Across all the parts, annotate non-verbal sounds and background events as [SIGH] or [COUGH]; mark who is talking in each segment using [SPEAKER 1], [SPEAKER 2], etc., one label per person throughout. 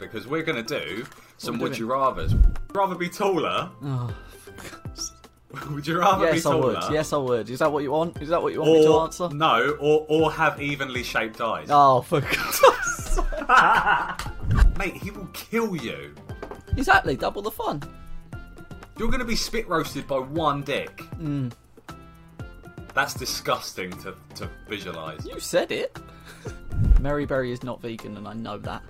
[SPEAKER 1] because we're going to do some
[SPEAKER 2] we
[SPEAKER 1] would you
[SPEAKER 2] doing?
[SPEAKER 1] rather's. Rather be taller? would you rather be
[SPEAKER 2] Oh, Yes, I
[SPEAKER 1] taller?
[SPEAKER 2] would. Yes, I would. Is that Oh. what you want? Is that what you want me to
[SPEAKER 1] Or
[SPEAKER 2] answer?
[SPEAKER 1] no, or or have evenly shaped eyes.
[SPEAKER 2] Oh, for [LAUGHS] God's sake.
[SPEAKER 1] Mate, he will kill you.
[SPEAKER 2] Exactly, double the fun.
[SPEAKER 1] You're going to be spit roasted by one dick.
[SPEAKER 2] Mm.
[SPEAKER 1] That's disgusting to to visualize.
[SPEAKER 2] You said it. [LAUGHS] Mary Berry is not vegan, and I know that.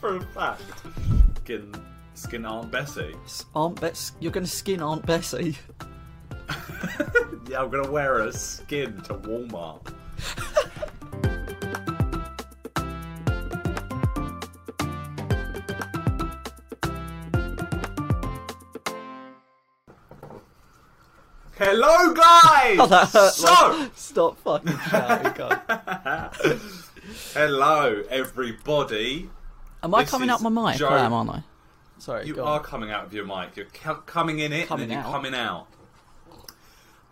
[SPEAKER 1] For a fact, skin skin Aunt Bessie.
[SPEAKER 2] S- Aunt Bess, you're going to skin Aunt Bessie.
[SPEAKER 1] Yeah, I'm gonna wear a skin to Walmart. Hello, guys.
[SPEAKER 2] Oh, that hurt.
[SPEAKER 1] so,
[SPEAKER 2] [LAUGHS] Stop fucking shouting. [LAUGHS] God.
[SPEAKER 1] hello, everybody.
[SPEAKER 2] Am I
[SPEAKER 1] This
[SPEAKER 2] coming
[SPEAKER 1] is
[SPEAKER 2] out my mic?
[SPEAKER 1] Joe.
[SPEAKER 2] I am, aren't I? Sorry,
[SPEAKER 1] You
[SPEAKER 2] go
[SPEAKER 1] are
[SPEAKER 2] on.
[SPEAKER 1] coming out of your mic. You're co- coming in it
[SPEAKER 2] Coming
[SPEAKER 1] and then
[SPEAKER 2] out.
[SPEAKER 1] you're coming out.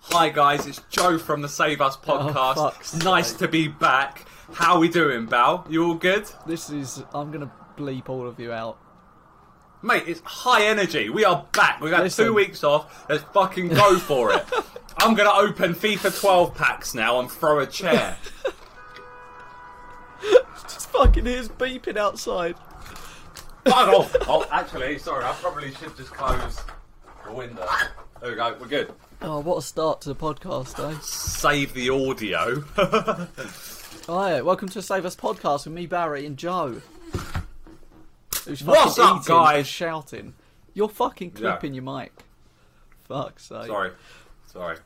[SPEAKER 1] Hi guys, it's Joe from the Save Us podcast.
[SPEAKER 2] fuck's
[SPEAKER 1] nice
[SPEAKER 2] sake.
[SPEAKER 1] to be back. How we doing, Bal? You all good?
[SPEAKER 2] This is. I'm going to bleep all of you out. [LAUGHS]
[SPEAKER 1] Mate, it's high energy. We are back. We've had
[SPEAKER 2] Listen.
[SPEAKER 1] two weeks off. Let's fucking go for [LAUGHS] it. I'm gonna open FIFA 12 packs now and throw a chair.
[SPEAKER 2] It's fucking ears beeping outside.
[SPEAKER 1] Fuck off! [LAUGHS] Oh, actually, sorry, I probably should just close the window. There we go. We're good.
[SPEAKER 2] Oh, what a start to the podcast, eh?
[SPEAKER 1] Save the audio.
[SPEAKER 2] Alright, welcome to Save Us Podcast with me, Barry, and Joe. Who's fucking
[SPEAKER 1] What's up,
[SPEAKER 2] eating
[SPEAKER 1] guys?
[SPEAKER 2] and shouting. You're fucking
[SPEAKER 1] Yeah.
[SPEAKER 2] clipping your mic. Fuck's sake.
[SPEAKER 1] Sorry. Sorry.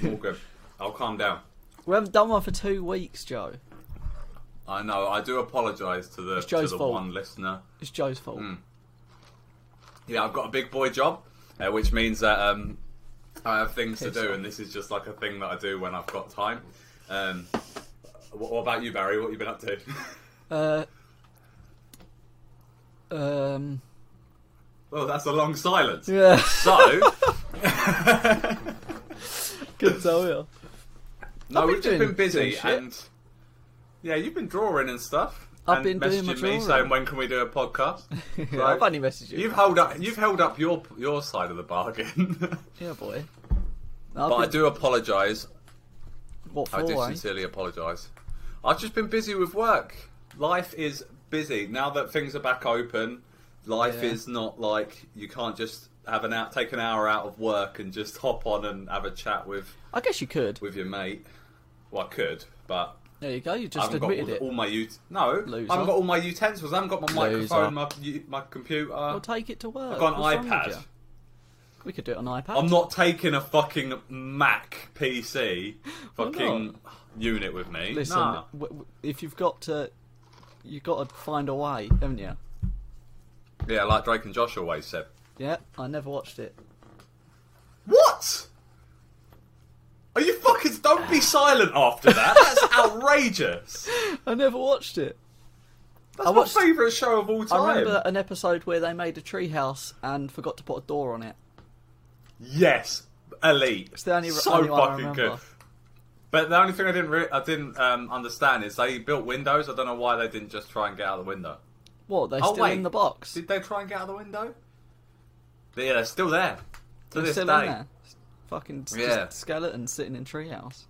[SPEAKER 1] I'm all good. I'll calm down.
[SPEAKER 2] We haven't done one for two weeks, Joe.
[SPEAKER 1] I know. I do apologise to the, to
[SPEAKER 2] Joe's
[SPEAKER 1] the
[SPEAKER 2] fault.
[SPEAKER 1] one listener.
[SPEAKER 2] It's Joe's fault.
[SPEAKER 1] Hmm. Yeah, I've got a big boy job, uh, which means that um, I have things to
[SPEAKER 2] Piss
[SPEAKER 1] do,
[SPEAKER 2] off.
[SPEAKER 1] and this is just like a thing that I do when I've got time. Um, what, what about you, Barry? What you been up to? [LAUGHS]
[SPEAKER 2] Uh, Um.
[SPEAKER 1] well, that's a long silence.
[SPEAKER 2] Yeah. [LAUGHS]
[SPEAKER 1] So,
[SPEAKER 2] Good tell you.
[SPEAKER 1] no,
[SPEAKER 2] I've been
[SPEAKER 1] we've just
[SPEAKER 2] doing-
[SPEAKER 1] been busy,
[SPEAKER 2] doing shit.
[SPEAKER 1] and yeah, you've been drawing and stuff.
[SPEAKER 2] I've
[SPEAKER 1] and
[SPEAKER 2] been doing my
[SPEAKER 1] messaging me
[SPEAKER 2] drawing.
[SPEAKER 1] saying when can we do a
[SPEAKER 2] [LAUGHS]
[SPEAKER 1] podcast? So,
[SPEAKER 2] I've only messaged you.
[SPEAKER 1] You've held up. You've held up your your side of the bargain. [LAUGHS]
[SPEAKER 2] Yeah, boy.
[SPEAKER 1] but I do apologise.
[SPEAKER 2] What for?
[SPEAKER 1] I do
[SPEAKER 2] eh?
[SPEAKER 1] sincerely apologise. I've just been busy with work. Life is busy now that things are back open. Life
[SPEAKER 2] Yeah.
[SPEAKER 1] is not like you can't just have an out, take an hour out of work and just [LAUGHS] hop on and have a chat with
[SPEAKER 2] I guess you could.
[SPEAKER 1] with your mate. Well, I could, but
[SPEAKER 2] There you go. You
[SPEAKER 1] I
[SPEAKER 2] just
[SPEAKER 1] haven't got
[SPEAKER 2] admitted
[SPEAKER 1] all,
[SPEAKER 2] it.
[SPEAKER 1] all my ut- no,
[SPEAKER 2] Loser.
[SPEAKER 1] I haven't got all my utensils. I haven't got my
[SPEAKER 2] Loser.
[SPEAKER 1] microphone, my u- my computer.
[SPEAKER 2] I'll take it to work.
[SPEAKER 1] I've got an
[SPEAKER 2] What's wrong with
[SPEAKER 1] iPad.
[SPEAKER 2] you? We could do it on iPad.
[SPEAKER 1] I'm not taking a fucking Mac PC fucking unit with me.
[SPEAKER 2] Listen,
[SPEAKER 1] Nah.
[SPEAKER 2] w- w- if you've got to, you've got to find a way, haven't you?
[SPEAKER 1] Yeah, like Drake and Josh always said.
[SPEAKER 2] Yeah. I never watched it. [LAUGHS]
[SPEAKER 1] What? Are you fucking? Don't be silent after that. That's [LAUGHS] outrageous.
[SPEAKER 2] I never watched it.
[SPEAKER 1] That's
[SPEAKER 2] watched-
[SPEAKER 1] my favourite show of all time.
[SPEAKER 2] I remember an episode where they made a treehouse and forgot to put a door on it.
[SPEAKER 1] Yes, elite.
[SPEAKER 2] It's the only-
[SPEAKER 1] so
[SPEAKER 2] only one I
[SPEAKER 1] fucking
[SPEAKER 2] remember.
[SPEAKER 1] good. But the only thing I didn't re- I didn't um, understand is they built windows. I don't know why they didn't just try and get out of the window.
[SPEAKER 2] What? They're
[SPEAKER 1] Oh,
[SPEAKER 2] still
[SPEAKER 1] wait.
[SPEAKER 2] in the box.
[SPEAKER 1] Did they try and get out of the window? Yeah, they're still there. To
[SPEAKER 2] They're
[SPEAKER 1] this
[SPEAKER 2] still
[SPEAKER 1] day.
[SPEAKER 2] in there. Fucking s-
[SPEAKER 1] Yeah.
[SPEAKER 2] just skeleton sitting in treehouse.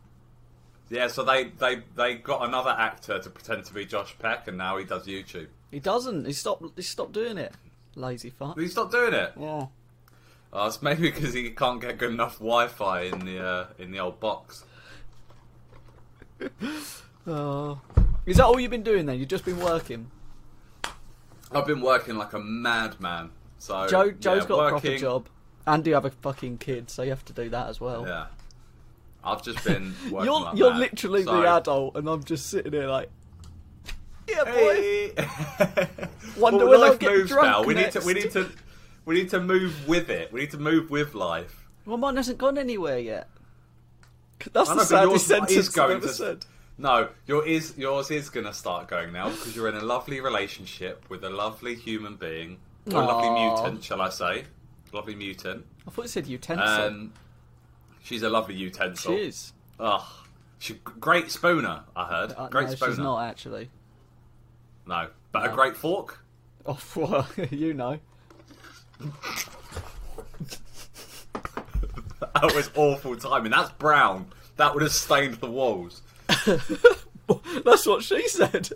[SPEAKER 1] Yeah, so they, they, they got another actor to pretend to be Josh Peck, and now he does YouTube.
[SPEAKER 2] He doesn't. He stopped. He stopped doing it. Lazy fuck.
[SPEAKER 1] He stopped doing it.
[SPEAKER 2] Yeah.
[SPEAKER 1] Oh, it's maybe because he can't get good enough Wi-Fi in the uh, in the old box.
[SPEAKER 2] Oh. Is that all you've been doing then? You've just been working.
[SPEAKER 1] I've been working like a madman. So
[SPEAKER 2] Joe.
[SPEAKER 1] Oh, yeah,
[SPEAKER 2] Joe's got a proper
[SPEAKER 1] working-
[SPEAKER 2] job, and you have a fucking kid, so you have to do that as well.
[SPEAKER 1] Yeah, I've just been working.
[SPEAKER 2] You're
[SPEAKER 1] like
[SPEAKER 2] you're
[SPEAKER 1] mad.
[SPEAKER 2] literally
[SPEAKER 1] So-
[SPEAKER 2] the adult, and I'm just sitting here like, yeah, boy.
[SPEAKER 1] Hey.
[SPEAKER 2] [LAUGHS] Wonder
[SPEAKER 1] well,
[SPEAKER 2] when I'll
[SPEAKER 1] life
[SPEAKER 2] get
[SPEAKER 1] moves
[SPEAKER 2] drunk
[SPEAKER 1] now. We need to we
[SPEAKER 2] next.
[SPEAKER 1] need to we need to move with it. We need to move with life.
[SPEAKER 2] Well, mine hasn't gone anywhere yet. That's
[SPEAKER 1] I know,
[SPEAKER 2] the
[SPEAKER 1] but
[SPEAKER 2] saddest
[SPEAKER 1] yours is
[SPEAKER 2] sentence I've
[SPEAKER 1] going
[SPEAKER 2] ever
[SPEAKER 1] to-
[SPEAKER 2] said.
[SPEAKER 1] No, your is yours is gonna start going now because you're in a lovely relationship with a lovely human being, or a lovely
[SPEAKER 2] Aw.
[SPEAKER 1] mutant, shall I say? Lovely mutant.
[SPEAKER 2] I thought you said utensil.
[SPEAKER 1] Um, she's a lovely utensil.
[SPEAKER 2] Cheers.
[SPEAKER 1] Ugh. She, great spooner, I heard.
[SPEAKER 2] Uh,
[SPEAKER 1] great
[SPEAKER 2] no,
[SPEAKER 1] spooner.
[SPEAKER 2] she's not actually.
[SPEAKER 1] No, but a
[SPEAKER 2] No.
[SPEAKER 1] great fork.
[SPEAKER 2] Oh, [LAUGHS] well, you know. [LAUGHS]
[SPEAKER 1] That was awful timing. That's brown. That would have stained the walls.
[SPEAKER 2] That's what
[SPEAKER 1] [LAUGHS]
[SPEAKER 2] she said.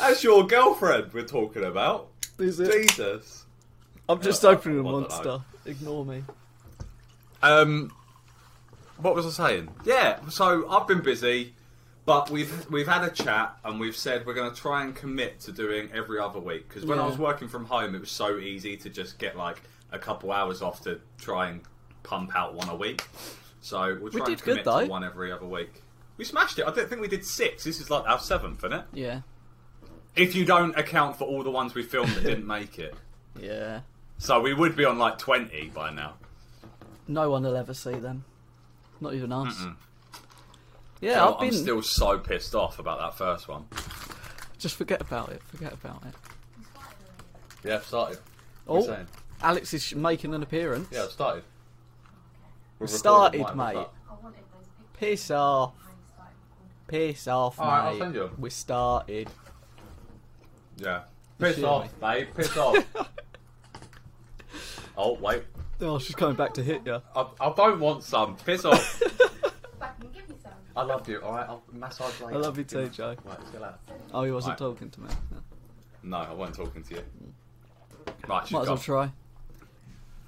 [SPEAKER 1] That's your girlfriend we're talking about.
[SPEAKER 2] Is it?
[SPEAKER 1] Jesus.
[SPEAKER 2] I'm just
[SPEAKER 1] Yeah,
[SPEAKER 2] opening a
[SPEAKER 1] well done,
[SPEAKER 2] monster. Ignore me.
[SPEAKER 1] Um, what was I saying? Yeah. So I've been busy, but we've we've had a chat and we've said we're going to try and commit to doing every other week because when I
[SPEAKER 2] Yeah.
[SPEAKER 1] was working from home, it was so easy to just get like a couple hours off to try and pump out one a week. So we'll try
[SPEAKER 2] did
[SPEAKER 1] and
[SPEAKER 2] good,
[SPEAKER 1] commit
[SPEAKER 2] though.
[SPEAKER 1] to one every other week. We smashed it. I don't think we did six. This is like our seventh, isn't it?
[SPEAKER 2] Yeah.
[SPEAKER 1] If you don't account for all the ones we filmed that didn't make it.
[SPEAKER 2] Yeah.
[SPEAKER 1] So we would be on like 20 by now.
[SPEAKER 2] No one will ever see them. Not even us. Yeah,
[SPEAKER 1] So
[SPEAKER 2] I've
[SPEAKER 1] I'm
[SPEAKER 2] been.
[SPEAKER 1] still so pissed off about that first one.
[SPEAKER 2] Just forget about it. Forget about it.
[SPEAKER 1] Yeah, I've started.
[SPEAKER 2] Oh, Alex is sh- making an appearance.
[SPEAKER 1] I've started. we
[SPEAKER 2] started, mate. Piss off. Piss off,
[SPEAKER 1] Alright, I'll
[SPEAKER 2] mate.
[SPEAKER 1] send you 'em.
[SPEAKER 2] We started.
[SPEAKER 1] Yeah. Piss
[SPEAKER 2] Shit,
[SPEAKER 1] off, mate. Piss off. oh, wait.
[SPEAKER 2] [LAUGHS] Oh, she's coming back to hit
[SPEAKER 1] [LAUGHS]
[SPEAKER 2] you.
[SPEAKER 1] I, I don't want some. Piss off.
[SPEAKER 3] I can give you some.
[SPEAKER 1] I love you, alright? I'll massage later.
[SPEAKER 2] love you too, Joe.
[SPEAKER 1] Right, let's get out.
[SPEAKER 2] Oh, he wasn't
[SPEAKER 1] Right.
[SPEAKER 2] talking to me. No.
[SPEAKER 1] No, I wasn't talking to you. Right, she's
[SPEAKER 2] Might as well
[SPEAKER 1] gone.
[SPEAKER 2] try.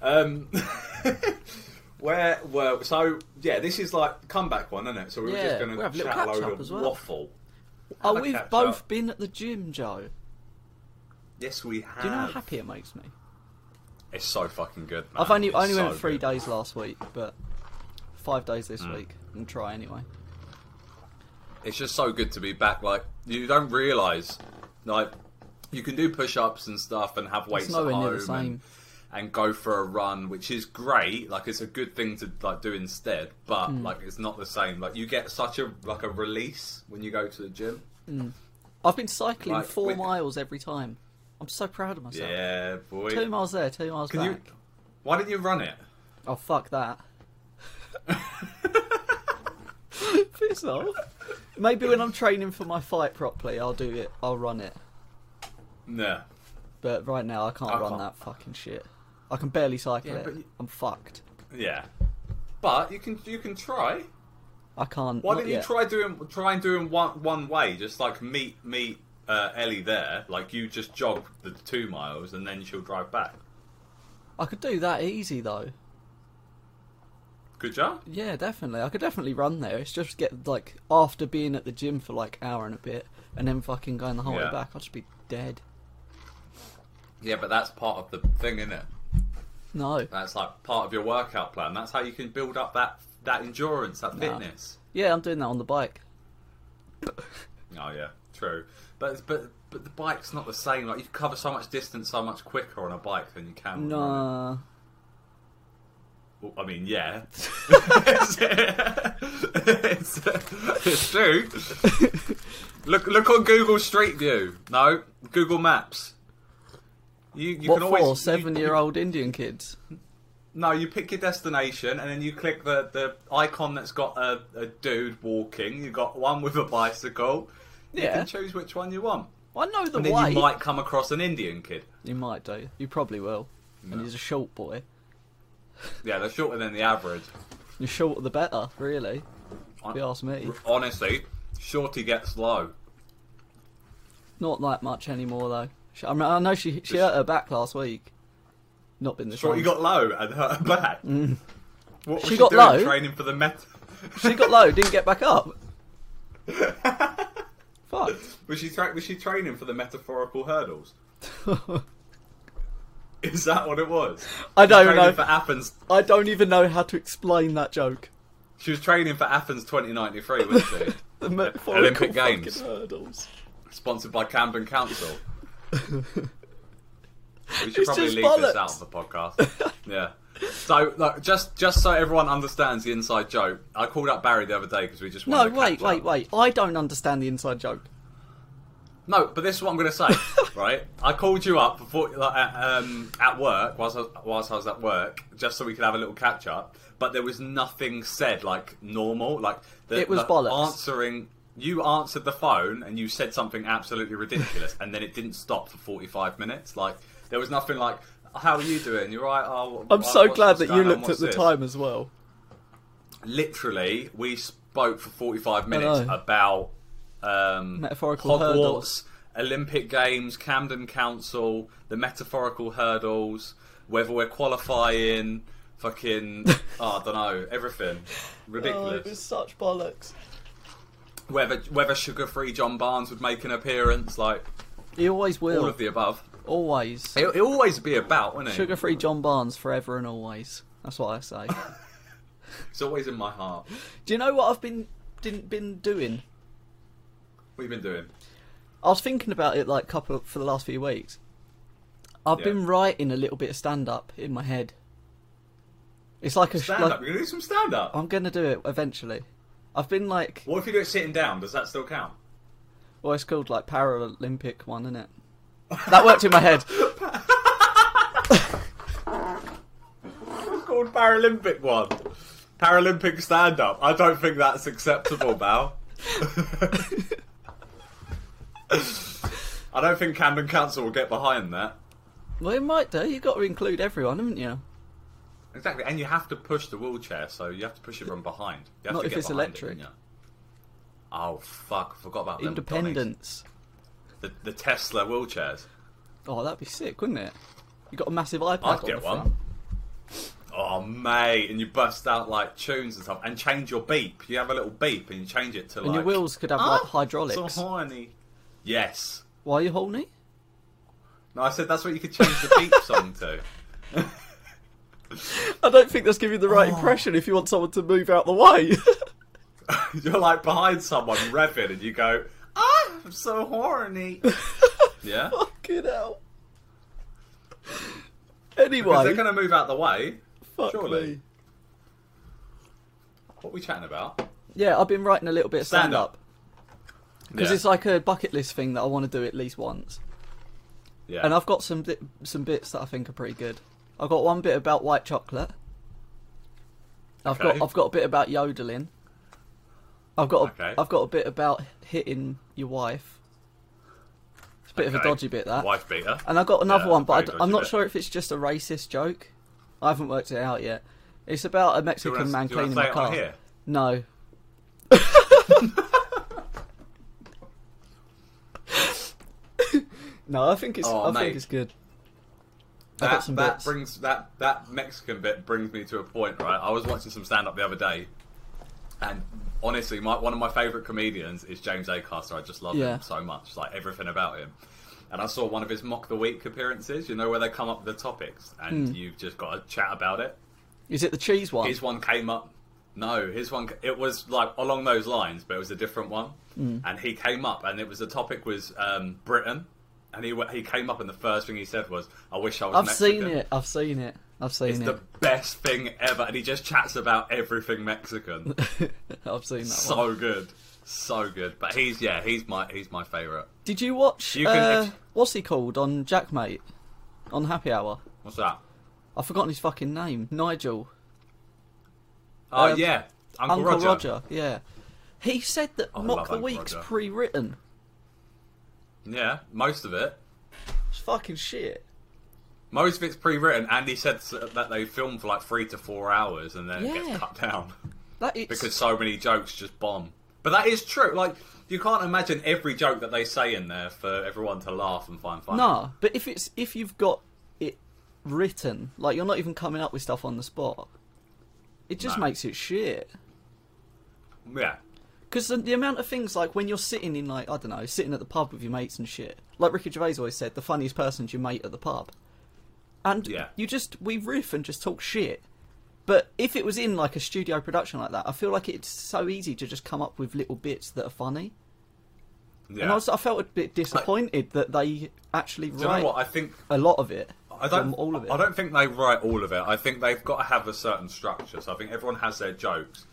[SPEAKER 1] Um, [LAUGHS] where were so yeah? This is like comeback one, isn't it? So we were
[SPEAKER 2] Yeah,
[SPEAKER 1] just going
[SPEAKER 2] we'll have
[SPEAKER 1] to
[SPEAKER 2] a little
[SPEAKER 1] chat a
[SPEAKER 2] catch
[SPEAKER 1] load
[SPEAKER 2] up
[SPEAKER 1] of
[SPEAKER 2] as well.
[SPEAKER 1] waffle.
[SPEAKER 2] Oh,
[SPEAKER 1] a
[SPEAKER 2] we've
[SPEAKER 1] catch
[SPEAKER 2] both
[SPEAKER 1] up.
[SPEAKER 2] been at the gym, Joe.
[SPEAKER 1] Yes, we have.
[SPEAKER 2] Do you know how happy it makes me?
[SPEAKER 1] It's so fucking good. Man.
[SPEAKER 2] I've only
[SPEAKER 1] It's
[SPEAKER 2] I only
[SPEAKER 1] so
[SPEAKER 2] went three
[SPEAKER 1] good. Mm.
[SPEAKER 2] days last week, but five days this week, and try anyway.
[SPEAKER 1] It's just so good to be back. Like you don't realize, like you can do push-ups and stuff and have weights
[SPEAKER 2] It's
[SPEAKER 1] at home.
[SPEAKER 2] nowhere near the
[SPEAKER 1] And,
[SPEAKER 2] same.
[SPEAKER 1] and go for a run, which is great. Like it's a good thing to like do instead, but
[SPEAKER 2] Mm.
[SPEAKER 1] like it's not the same. Like you get such a like a release when you go to the gym.
[SPEAKER 2] I've been cycling
[SPEAKER 1] Like,
[SPEAKER 2] four
[SPEAKER 1] with-
[SPEAKER 2] miles every time. I'm so proud of myself.
[SPEAKER 1] Yeah, boy.
[SPEAKER 2] Two miles there, two miles
[SPEAKER 1] Can you?
[SPEAKER 2] back.
[SPEAKER 1] Why didn't you run it? [LAUGHS]
[SPEAKER 2] Oh fuck that. Piss off. Maybe when I'm training for my fight properly, I'll do it. I'll run it.
[SPEAKER 1] No.
[SPEAKER 2] But right now, I can't
[SPEAKER 1] I
[SPEAKER 2] run
[SPEAKER 1] can't.
[SPEAKER 2] that fucking shit. I can barely cycle
[SPEAKER 1] Yeah,
[SPEAKER 2] it.
[SPEAKER 1] but you-
[SPEAKER 2] I'm fucked.
[SPEAKER 1] Yeah. But you can you can try.
[SPEAKER 2] I can't.
[SPEAKER 1] Why
[SPEAKER 2] not
[SPEAKER 1] don't you
[SPEAKER 2] yet.
[SPEAKER 1] try doing try and doing one one way? Just like meet meet uh, Ellie there. Like you just jog the two miles and then she'll drive back.
[SPEAKER 2] I could do that easy though.
[SPEAKER 1] Good job.
[SPEAKER 2] Yeah, definitely. I could definitely run there. It's just get like after being at the gym for like hour and a bit, and then fucking going the whole
[SPEAKER 1] Yeah.
[SPEAKER 2] way back. I'll just be dead.
[SPEAKER 1] Yeah, but that's part of the thing, isn't it?
[SPEAKER 2] No.
[SPEAKER 1] That's like part of your workout plan. That's how you can build up that that endurance, that fitness.
[SPEAKER 2] Yeah, I'm doing that on the bike.
[SPEAKER 1] Oh yeah, true. But but but the bike's not the same. Like you cover so much distance so much quicker on a bike than you can. with running.
[SPEAKER 2] No.
[SPEAKER 1] Well, I mean, yeah. [LAUGHS] it's, [LAUGHS] it's true.
[SPEAKER 2] [LAUGHS]
[SPEAKER 1] Look, look on Google Street View. No, Google Maps. You, you
[SPEAKER 2] what
[SPEAKER 1] can
[SPEAKER 2] for?
[SPEAKER 1] always you-
[SPEAKER 2] Seven-year-old Indian kids.
[SPEAKER 1] No, you pick your destination and then you click the, the icon that's got a, a dude walking. You got one with a bicycle. You
[SPEAKER 2] Yeah.
[SPEAKER 1] can choose which one you want.
[SPEAKER 2] I know the
[SPEAKER 1] And then
[SPEAKER 2] way.
[SPEAKER 1] you might come across an Indian kid.
[SPEAKER 2] You might do. You probably will. And he's a short boy.
[SPEAKER 1] Yeah, they're shorter than the average.
[SPEAKER 2] The shorter the better, really. If you ask me.
[SPEAKER 1] Honestly, shorty gets low.
[SPEAKER 2] Not that much anymore though. She, I, mean, I know she she hurt her back last week. Not been the
[SPEAKER 1] Shorty
[SPEAKER 2] same.
[SPEAKER 1] got low and hurt her back. What was
[SPEAKER 2] Mm. She got
[SPEAKER 1] doing
[SPEAKER 2] low?
[SPEAKER 1] Training for the met.
[SPEAKER 2] she got low, didn't get back up.
[SPEAKER 1] [LAUGHS]
[SPEAKER 2] [LAUGHS] Fuck.
[SPEAKER 1] Was she tra- was she training for the metaphorical hurdles? [LAUGHS] Is that what it was?
[SPEAKER 2] I don't
[SPEAKER 1] Training
[SPEAKER 2] know.
[SPEAKER 1] for Athens.
[SPEAKER 2] I don't even know how to explain that joke.
[SPEAKER 1] She was training for Athens 2093, wasn't
[SPEAKER 2] [LAUGHS]
[SPEAKER 1] she?
[SPEAKER 2] The metaphorical
[SPEAKER 1] Olympic Games.
[SPEAKER 2] fucking [LAUGHS] hurdles.
[SPEAKER 1] Sponsored by Camden Council. We should
[SPEAKER 2] It's
[SPEAKER 1] probably
[SPEAKER 2] just
[SPEAKER 1] leave this
[SPEAKER 2] bollocks.
[SPEAKER 1] out of the podcast. yeah. So look, just just so everyone understands the inside joke, I called up Barry the other day because we just
[SPEAKER 2] No,
[SPEAKER 1] wanted to
[SPEAKER 2] wait,
[SPEAKER 1] catch up.
[SPEAKER 2] wait, wait. I don't understand the inside joke.
[SPEAKER 1] No, but this is what I'm going
[SPEAKER 2] [LAUGHS]
[SPEAKER 1] to say, right? I called you up before, like, at, um, at work, whilst I, was, whilst I was at work, just so we could have a little catch up. But there was nothing said like normal. Like the,
[SPEAKER 2] It was
[SPEAKER 1] the
[SPEAKER 2] bollocks.
[SPEAKER 1] Answering, you answered the phone and you said something absolutely ridiculous, and then it didn't stop for 45 minutes. Like there was nothing like, "How are you doing? You're right." Oh,
[SPEAKER 2] I'm
[SPEAKER 1] wh-
[SPEAKER 2] so
[SPEAKER 1] what's-
[SPEAKER 2] glad
[SPEAKER 1] what's
[SPEAKER 2] that
[SPEAKER 1] going
[SPEAKER 2] you
[SPEAKER 1] on?
[SPEAKER 2] looked at
[SPEAKER 1] What's
[SPEAKER 2] the
[SPEAKER 1] this?"
[SPEAKER 2] time as well.
[SPEAKER 1] literally we spoke for 45 minutes
[SPEAKER 2] know.
[SPEAKER 1] about um,
[SPEAKER 2] Metaphorical
[SPEAKER 1] Hogwarts,
[SPEAKER 2] hurdles.
[SPEAKER 1] Olympic Games, Camden Council, the metaphorical hurdles, whether we're qualifying,
[SPEAKER 2] [LAUGHS]
[SPEAKER 1] fucking, oh, I don't know, everything.
[SPEAKER 2] Oh,
[SPEAKER 1] Ridiculous.
[SPEAKER 2] such bollocks.
[SPEAKER 1] Whether whether sugar-free John Barnes would make an appearance, like
[SPEAKER 2] He always
[SPEAKER 1] all
[SPEAKER 2] will.
[SPEAKER 1] of the above.
[SPEAKER 2] Always.
[SPEAKER 1] It, it'll always be about, won't it?
[SPEAKER 2] Sugar-free John Barnes forever and always. That's what I say.
[SPEAKER 1] It's always in my heart.
[SPEAKER 2] Do you know what I've been didn't been doing?
[SPEAKER 1] What have you been doing?
[SPEAKER 2] I was thinking about it like couple for the last few weeks. I've
[SPEAKER 1] Yeah.
[SPEAKER 2] been writing a little bit of stand up in my head. It's like a sh-
[SPEAKER 1] Stand-up.
[SPEAKER 2] like-
[SPEAKER 1] We're going to do some stand-up.
[SPEAKER 2] I'm gonna do it eventually. I've been like,
[SPEAKER 1] What if you do it sitting down? Does that still count?
[SPEAKER 2] well, it's called like Paralympic one, isn't it? That worked in
[SPEAKER 1] [LAUGHS]
[SPEAKER 2] my head.
[SPEAKER 1] It's called Paralympic one. Paralympic stand up. I don't think that's acceptable,
[SPEAKER 2] [LAUGHS]
[SPEAKER 1] Mal. I don't think Camden Council will get behind that.
[SPEAKER 2] Well, it might do. You've got to include everyone, haven't you?
[SPEAKER 1] Exactly, and you have to push the wheelchair, so you have to push it from behind. You have
[SPEAKER 2] Not
[SPEAKER 1] to
[SPEAKER 2] if
[SPEAKER 1] get
[SPEAKER 2] it's
[SPEAKER 1] behind
[SPEAKER 2] electric.
[SPEAKER 1] It, don't you? oh fuck! I forgot about them Donnies.
[SPEAKER 2] Independence.
[SPEAKER 1] The, the Tesla wheelchairs.
[SPEAKER 2] Oh, that'd be sick, wouldn't it? You got a massive iPad.
[SPEAKER 1] I'd
[SPEAKER 2] on
[SPEAKER 1] get
[SPEAKER 2] the
[SPEAKER 1] one.
[SPEAKER 2] front.
[SPEAKER 1] Oh mate, and you bust out like tunes and stuff, and change your beep. You have a little beep, and you change it to like.
[SPEAKER 2] And your wheels could have like
[SPEAKER 1] "Ah,
[SPEAKER 2] hydraulics.
[SPEAKER 1] So horny. Yes,
[SPEAKER 2] Why are you horny?
[SPEAKER 1] No, I said that's what you could change the beep song to. [LAUGHS]
[SPEAKER 2] I don't think that's giving the right
[SPEAKER 1] Oh.
[SPEAKER 2] impression. If you want someone to move out the way, [LAUGHS]
[SPEAKER 1] You're like behind someone revving, and you go, "Ah, I'm so horny."
[SPEAKER 2] [LAUGHS]
[SPEAKER 1] yeah,
[SPEAKER 2] fucking hell.
[SPEAKER 1] because they're
[SPEAKER 2] Anyway,
[SPEAKER 1] going to move out the way.
[SPEAKER 2] fuck
[SPEAKER 1] surely.
[SPEAKER 2] me.
[SPEAKER 1] What are we chatting about?
[SPEAKER 2] Yeah, I've been writing a little bit of
[SPEAKER 1] Stand
[SPEAKER 2] stand up because
[SPEAKER 1] yeah.
[SPEAKER 2] it's like a bucket list thing that I want to do at least once.
[SPEAKER 1] yeah.
[SPEAKER 2] And I've got some di- some bits that I think are pretty good. I've got one bit about white chocolate. I've
[SPEAKER 1] Okay.
[SPEAKER 2] got I've got a bit about yodeling. I've got a,
[SPEAKER 1] Okay.
[SPEAKER 2] have got a bit about hitting your wife. It's a bit of a
[SPEAKER 1] Okay.
[SPEAKER 2] dodgy bit that.
[SPEAKER 1] wife beater.
[SPEAKER 2] And I got another
[SPEAKER 1] Yeah,
[SPEAKER 2] one, but I
[SPEAKER 1] very
[SPEAKER 2] d-
[SPEAKER 1] dodgy
[SPEAKER 2] I'm not
[SPEAKER 1] bit.
[SPEAKER 2] sure if it's just a racist joke. I haven't worked it out yet. It's about a
[SPEAKER 1] Do you
[SPEAKER 2] Mexican
[SPEAKER 1] wanna-
[SPEAKER 2] man
[SPEAKER 1] do you wanna say
[SPEAKER 2] cleaning
[SPEAKER 1] it
[SPEAKER 2] my
[SPEAKER 1] on
[SPEAKER 2] car.
[SPEAKER 1] here?
[SPEAKER 2] No, [LAUGHS] no, I think it's
[SPEAKER 1] Oh,
[SPEAKER 2] I
[SPEAKER 1] mate.
[SPEAKER 2] think it's good. I got
[SPEAKER 1] That,
[SPEAKER 2] some
[SPEAKER 1] that
[SPEAKER 2] bits.
[SPEAKER 1] brings that that Mexican bit brings me to a point, right? I was watching some stand up the other day, and honestly, my, one of my favourite comedians is James Acaster. I just love
[SPEAKER 2] Yeah.
[SPEAKER 1] him so much, like everything about him. And I saw one of his mock the week appearances. You know where they come up with the topics, and
[SPEAKER 2] Hmm.
[SPEAKER 1] you've just got to chat about it.
[SPEAKER 2] Is it the cheese one?
[SPEAKER 1] His one came up. No, his one. It was like along those lines, but it was a different one.
[SPEAKER 2] Hmm.
[SPEAKER 1] And he came up, and it was the topic was um, Britain. And he wa- he came up, and the first thing he said was, "I wish I was."
[SPEAKER 2] I've
[SPEAKER 1] Mexican.
[SPEAKER 2] seen it. I've seen it. I've seen
[SPEAKER 1] It's
[SPEAKER 2] it.
[SPEAKER 1] the best thing ever, and he just chats about everything
[SPEAKER 2] [LAUGHS]
[SPEAKER 1] Mexican.
[SPEAKER 2] I've seen that
[SPEAKER 1] so
[SPEAKER 2] one.
[SPEAKER 1] good, so good. But he's yeah, he's my he's my favorite.
[SPEAKER 2] Did you watch
[SPEAKER 1] You can-
[SPEAKER 2] uh, what's he called on Jackmate on Happy Hour?
[SPEAKER 1] What's that?
[SPEAKER 2] I've forgotten his fucking name. Nigel,
[SPEAKER 1] Oh
[SPEAKER 2] Um,
[SPEAKER 1] yeah, Uncle,
[SPEAKER 2] Uncle
[SPEAKER 1] Roger.
[SPEAKER 2] Roger. Yeah, he said that
[SPEAKER 1] I love
[SPEAKER 2] Mock the
[SPEAKER 1] Uncle
[SPEAKER 2] Week's
[SPEAKER 1] Roger.
[SPEAKER 2] pre-written.
[SPEAKER 1] Yeah, most of it,
[SPEAKER 2] It's fucking shit.
[SPEAKER 1] most of it's pre-written, and he said s- that they film for like three to four hours, and then it
[SPEAKER 2] Yeah.
[SPEAKER 1] gets cut down [LAUGHS]
[SPEAKER 2] That is
[SPEAKER 1] because so many jokes just bomb. But that is true. Like you can't imagine every joke that they say in there for everyone to laugh and find funny.
[SPEAKER 2] nah. But if it's if you've got it written, like you're not even coming up with stuff on the spot, it just
[SPEAKER 1] No.
[SPEAKER 2] makes it shit.
[SPEAKER 1] Yeah.
[SPEAKER 2] Because the, the amount of things like when you're sitting in like I don't know, sitting at the pub with your mates and shit. Like Ricky Gervais always said, the funniest person's your mate at the pub. And
[SPEAKER 1] Yeah.
[SPEAKER 2] you just we riff and just talk shit. But if it was in like a studio production like that, I feel like it's so easy to just come up with little bits that are funny.
[SPEAKER 1] Yeah.
[SPEAKER 2] And I, was, I felt a bit disappointed that they actually
[SPEAKER 1] Do you
[SPEAKER 2] write
[SPEAKER 1] know what? I think
[SPEAKER 2] a lot of it.
[SPEAKER 1] I don't.
[SPEAKER 2] from all of it.
[SPEAKER 1] I don't think they write all of it. I think they've got to have a certain structure. So I think everyone has their jokes,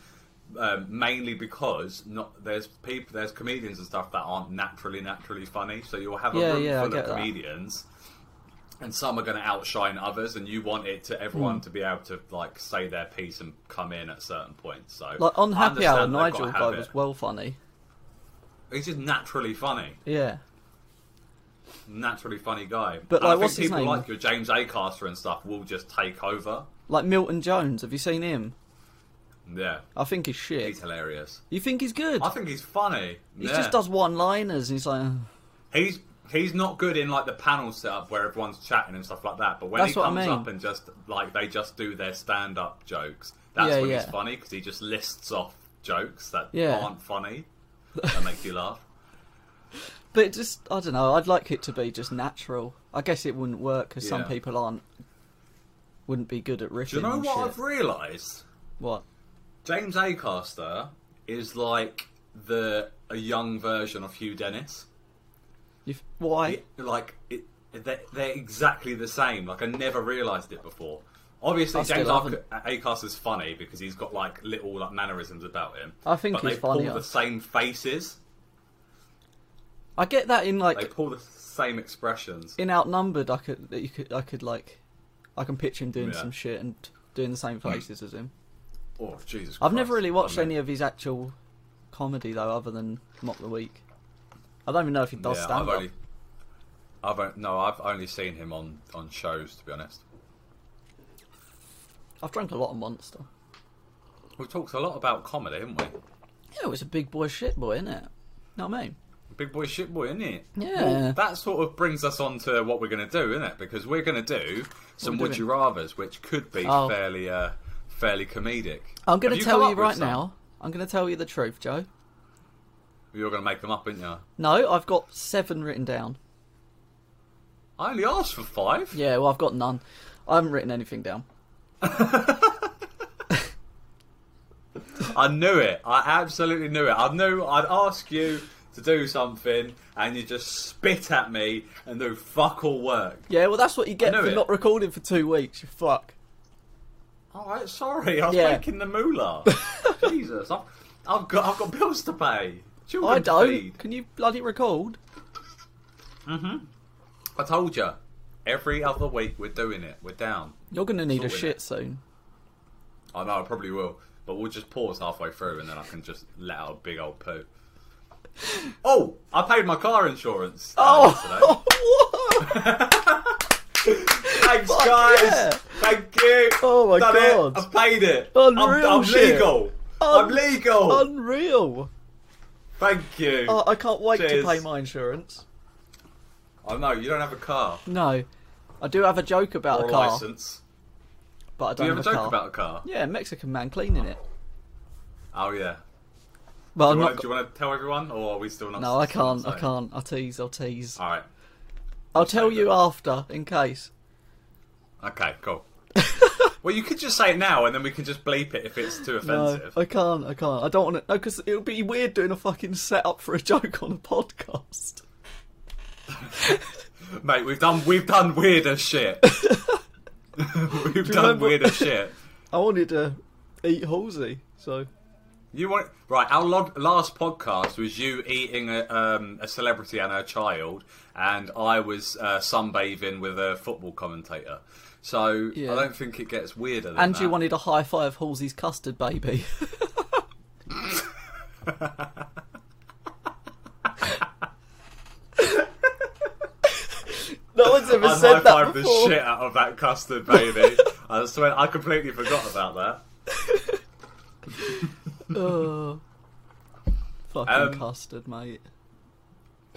[SPEAKER 1] um, mainly because not there's people there's comedians and stuff that aren't naturally naturally funny. So you'll have a
[SPEAKER 2] Yeah,
[SPEAKER 1] room
[SPEAKER 2] yeah, I
[SPEAKER 1] full
[SPEAKER 2] get
[SPEAKER 1] of
[SPEAKER 2] that.
[SPEAKER 1] comedians, and some are going to outshine others, and you want it to everyone
[SPEAKER 2] Hmm.
[SPEAKER 1] to be able to like say their piece and come in at certain points. So
[SPEAKER 2] Like on
[SPEAKER 1] I
[SPEAKER 2] Happy Hour,
[SPEAKER 1] understand they've got
[SPEAKER 2] Nigel
[SPEAKER 1] to
[SPEAKER 2] guy
[SPEAKER 1] have
[SPEAKER 2] was
[SPEAKER 1] it.
[SPEAKER 2] well funny.
[SPEAKER 1] He's just naturally funny,
[SPEAKER 2] Yeah,
[SPEAKER 1] naturally funny guy.
[SPEAKER 2] But,
[SPEAKER 1] And
[SPEAKER 2] like,
[SPEAKER 1] I think
[SPEAKER 2] what's his
[SPEAKER 1] people
[SPEAKER 2] name?
[SPEAKER 1] like your James Acaster and stuff will just take over.
[SPEAKER 2] like Milton Jones. Have you seen him?
[SPEAKER 1] Yeah,
[SPEAKER 2] I think he's
[SPEAKER 1] he's
[SPEAKER 2] shit.
[SPEAKER 1] hilarious.
[SPEAKER 2] You think he's good?
[SPEAKER 1] I think he's funny.
[SPEAKER 2] He
[SPEAKER 1] yeah.
[SPEAKER 2] just does one-liners, and he's like, "Ugh."
[SPEAKER 1] He's he's not good in like the panel setup where everyone's chatting and stuff like that. But when
[SPEAKER 2] That's
[SPEAKER 1] he
[SPEAKER 2] what I
[SPEAKER 1] comes
[SPEAKER 2] mean.
[SPEAKER 1] up and just like they just do their stand up jokes, that's
[SPEAKER 2] Yeah,
[SPEAKER 1] when he's
[SPEAKER 2] yeah.
[SPEAKER 1] funny because he just lists off jokes that
[SPEAKER 2] Yeah.
[SPEAKER 1] aren't funny that make you
[SPEAKER 2] [LAUGHS]
[SPEAKER 1] laugh.
[SPEAKER 2] but it just I don't know. I'd like it to be just natural. I guess it wouldn't work because some
[SPEAKER 1] Yeah.
[SPEAKER 2] people aren't, wouldn't be good at riffing.
[SPEAKER 1] Do you know
[SPEAKER 2] and
[SPEAKER 1] what
[SPEAKER 2] shit.
[SPEAKER 1] I've realised?
[SPEAKER 2] What?
[SPEAKER 1] James Acaster is like the a young version of Hugh Dennis.
[SPEAKER 2] You've, why?
[SPEAKER 1] like it, they're, they're exactly the same. Like I never realised it before. Obviously,
[SPEAKER 2] I still
[SPEAKER 1] James
[SPEAKER 2] haven't.
[SPEAKER 1] Acast is funny because he's got like little like mannerisms about him.
[SPEAKER 2] I think
[SPEAKER 1] but
[SPEAKER 2] he's
[SPEAKER 1] they pull
[SPEAKER 2] funnier.
[SPEAKER 1] the same faces.
[SPEAKER 2] I get that in like
[SPEAKER 1] They pull the same expressions.
[SPEAKER 2] in outnumbered. I could that you could I could like, I can picture him doing
[SPEAKER 1] Yeah.
[SPEAKER 2] some shit and doing the same faces as him.
[SPEAKER 1] oh Jesus!
[SPEAKER 2] I've never
[SPEAKER 1] Christ.
[SPEAKER 2] really watched
[SPEAKER 1] I mean,
[SPEAKER 2] any of his actual comedy though, other than Mock the Week. I don't even know if he does
[SPEAKER 1] yeah,
[SPEAKER 2] stand
[SPEAKER 1] I've
[SPEAKER 2] up.
[SPEAKER 1] only, I've on- no, I've only seen him on on shows. To be honest,
[SPEAKER 2] I've drunk a lot of Monster.
[SPEAKER 1] we talked a lot about comedy, haven't we?
[SPEAKER 2] Yeah, it was a big boy shit boy, isn't it? Know what I mean?
[SPEAKER 1] Big boy, shit boy, isn't it?
[SPEAKER 2] Yeah.
[SPEAKER 1] that sort of brings us on to what we're going to do, isn't it? Because we're going to do some
[SPEAKER 2] we're
[SPEAKER 1] would you
[SPEAKER 2] doing?
[SPEAKER 1] rather's, which could be
[SPEAKER 2] Oh.
[SPEAKER 1] fairly, uh, fairly comedic.
[SPEAKER 2] I'm going
[SPEAKER 1] Have
[SPEAKER 2] to
[SPEAKER 1] come
[SPEAKER 2] tell
[SPEAKER 1] up
[SPEAKER 2] you
[SPEAKER 1] with
[SPEAKER 2] right
[SPEAKER 1] some?
[SPEAKER 2] now. I'm going to tell you the truth, Joe.
[SPEAKER 1] You're going to make them up, aren't you?
[SPEAKER 2] No, I've got seven written down.
[SPEAKER 1] I only asked for five.
[SPEAKER 2] Yeah, well, I've got none. I haven't written anything down.
[SPEAKER 1] I knew it. I absolutely knew it. I knew I'd ask you to do something, and you just spit at me and do fuck all work.
[SPEAKER 2] Yeah, well, that's what you get
[SPEAKER 1] I know
[SPEAKER 2] for
[SPEAKER 1] it.
[SPEAKER 2] not recording for two weeks. You fuck.
[SPEAKER 1] All right, sorry. I was
[SPEAKER 2] Yeah.
[SPEAKER 1] making the
[SPEAKER 2] [LAUGHS]
[SPEAKER 1] moolah. Jesus, I've, I've got I've got bills to pay. Children
[SPEAKER 2] I
[SPEAKER 1] to
[SPEAKER 2] don't.
[SPEAKER 1] feed.
[SPEAKER 2] Can you bloody record?
[SPEAKER 1] I told you. Every other week we're doing it. We're down.
[SPEAKER 2] You're going to need a
[SPEAKER 1] Sorted
[SPEAKER 2] shit
[SPEAKER 1] it.
[SPEAKER 2] soon.
[SPEAKER 1] I know I probably will, but we'll just pause halfway through and then I can just let out a big old poo. Oh, I paid my car insurance. uh,
[SPEAKER 2] Oh, what? [LAUGHS]
[SPEAKER 1] today. thanks
[SPEAKER 2] fuck
[SPEAKER 1] guys.
[SPEAKER 2] yeah.
[SPEAKER 1] Thank you.
[SPEAKER 2] Oh, my
[SPEAKER 1] Done
[SPEAKER 2] God.
[SPEAKER 1] It. I've paid it. I'm,
[SPEAKER 2] Unreal
[SPEAKER 1] I'm
[SPEAKER 2] shit.
[SPEAKER 1] legal. I'm
[SPEAKER 2] Un-
[SPEAKER 1] legal. [LAUGHS]
[SPEAKER 2] Unreal.
[SPEAKER 1] Thank you.
[SPEAKER 2] Oh, I can't wait
[SPEAKER 1] Cheers.
[SPEAKER 2] to pay my insurance.
[SPEAKER 1] I know you don't have a car
[SPEAKER 2] No, I do have a joke about
[SPEAKER 1] or
[SPEAKER 2] a
[SPEAKER 1] a
[SPEAKER 2] car,
[SPEAKER 1] license.
[SPEAKER 2] but I
[SPEAKER 1] Do
[SPEAKER 2] don't
[SPEAKER 1] you have a joke
[SPEAKER 2] car.
[SPEAKER 1] about a car?
[SPEAKER 2] Yeah, Mexican man cleaning it.
[SPEAKER 1] Oh yeah.
[SPEAKER 2] Well,
[SPEAKER 1] Do
[SPEAKER 2] I'm
[SPEAKER 1] you,
[SPEAKER 2] not.
[SPEAKER 1] want to, do you want to tell everyone, or are we still not?
[SPEAKER 2] No, I
[SPEAKER 1] still not
[SPEAKER 2] can't. I
[SPEAKER 1] saying?
[SPEAKER 2] can't. I'll tease. I'll tease.
[SPEAKER 1] All right.
[SPEAKER 2] I'll tell
[SPEAKER 1] say
[SPEAKER 2] you
[SPEAKER 1] that.
[SPEAKER 2] after, in case.
[SPEAKER 1] Okay,
[SPEAKER 2] [LAUGHS]
[SPEAKER 1] cool. well, you could just say it now, and then we can just bleep it if it's too
[SPEAKER 2] No,
[SPEAKER 1] offensive.
[SPEAKER 2] I can't. I can't. I don't want to. No, because it would be weird doing a fucking setup for a [LAUGHS] joke on a podcast.
[SPEAKER 1] Mate, we've done we've done weirder
[SPEAKER 2] [LAUGHS]
[SPEAKER 1] shit. [LAUGHS] we've done
[SPEAKER 2] remember-
[SPEAKER 1] weirder shit.
[SPEAKER 2] I wanted to eat Halsey, so
[SPEAKER 1] You want right? Our lo- last podcast was you eating a, um, a celebrity and her child, and I was uh, sunbathing with a football commentator. So
[SPEAKER 2] Yeah.
[SPEAKER 1] I don't think it gets weirder. Than
[SPEAKER 2] and
[SPEAKER 1] [LAUGHS]
[SPEAKER 2] you
[SPEAKER 1] that.
[SPEAKER 2] wanted a high five Halsey's custard baby. [LAUGHS] no one's ever
[SPEAKER 1] I
[SPEAKER 2] said that
[SPEAKER 1] high-fived the
[SPEAKER 2] before.
[SPEAKER 1] shit out of that custard baby. I swear, I completely forgot about that.
[SPEAKER 2] [LAUGHS] Oh. Fucking
[SPEAKER 1] Um,
[SPEAKER 2] custard, mate.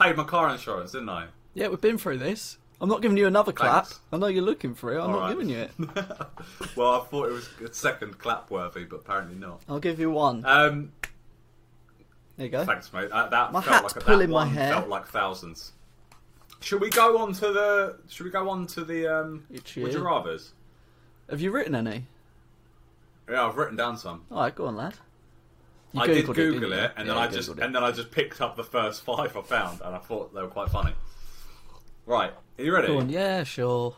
[SPEAKER 1] Paid my car insurance, didn't I?
[SPEAKER 2] Yeah, we've been through this. I'm not giving you another clap.
[SPEAKER 1] Thanks.
[SPEAKER 2] I know you're looking for it. I'm not
[SPEAKER 1] Alright.
[SPEAKER 2] giving you it.
[SPEAKER 1] [LAUGHS] well, I thought it was a second clap worthy, but apparently not.
[SPEAKER 2] I'll give you one.
[SPEAKER 1] Um,
[SPEAKER 2] There you go.
[SPEAKER 1] thanks, mate. That, that
[SPEAKER 2] My
[SPEAKER 1] felt
[SPEAKER 2] hat's
[SPEAKER 1] like
[SPEAKER 2] pulling
[SPEAKER 1] that
[SPEAKER 2] my
[SPEAKER 1] one
[SPEAKER 2] hair.
[SPEAKER 1] Felt like thousands. Should we go on to the? Should we go on to the? Um,
[SPEAKER 2] It's
[SPEAKER 1] would
[SPEAKER 2] you.
[SPEAKER 1] you rather's?
[SPEAKER 2] Have you written any?
[SPEAKER 1] Yeah, I've written down some.
[SPEAKER 2] All right, go on, lad. You
[SPEAKER 1] I did
[SPEAKER 2] Googled didn't
[SPEAKER 1] Google
[SPEAKER 2] you?
[SPEAKER 1] it, and
[SPEAKER 2] Yeah,
[SPEAKER 1] then I
[SPEAKER 2] you
[SPEAKER 1] just
[SPEAKER 2] Googled it.
[SPEAKER 1] and then I just picked up the first five I found, and I thought they were quite funny. Right, are you ready?
[SPEAKER 2] Go on, yeah, sure.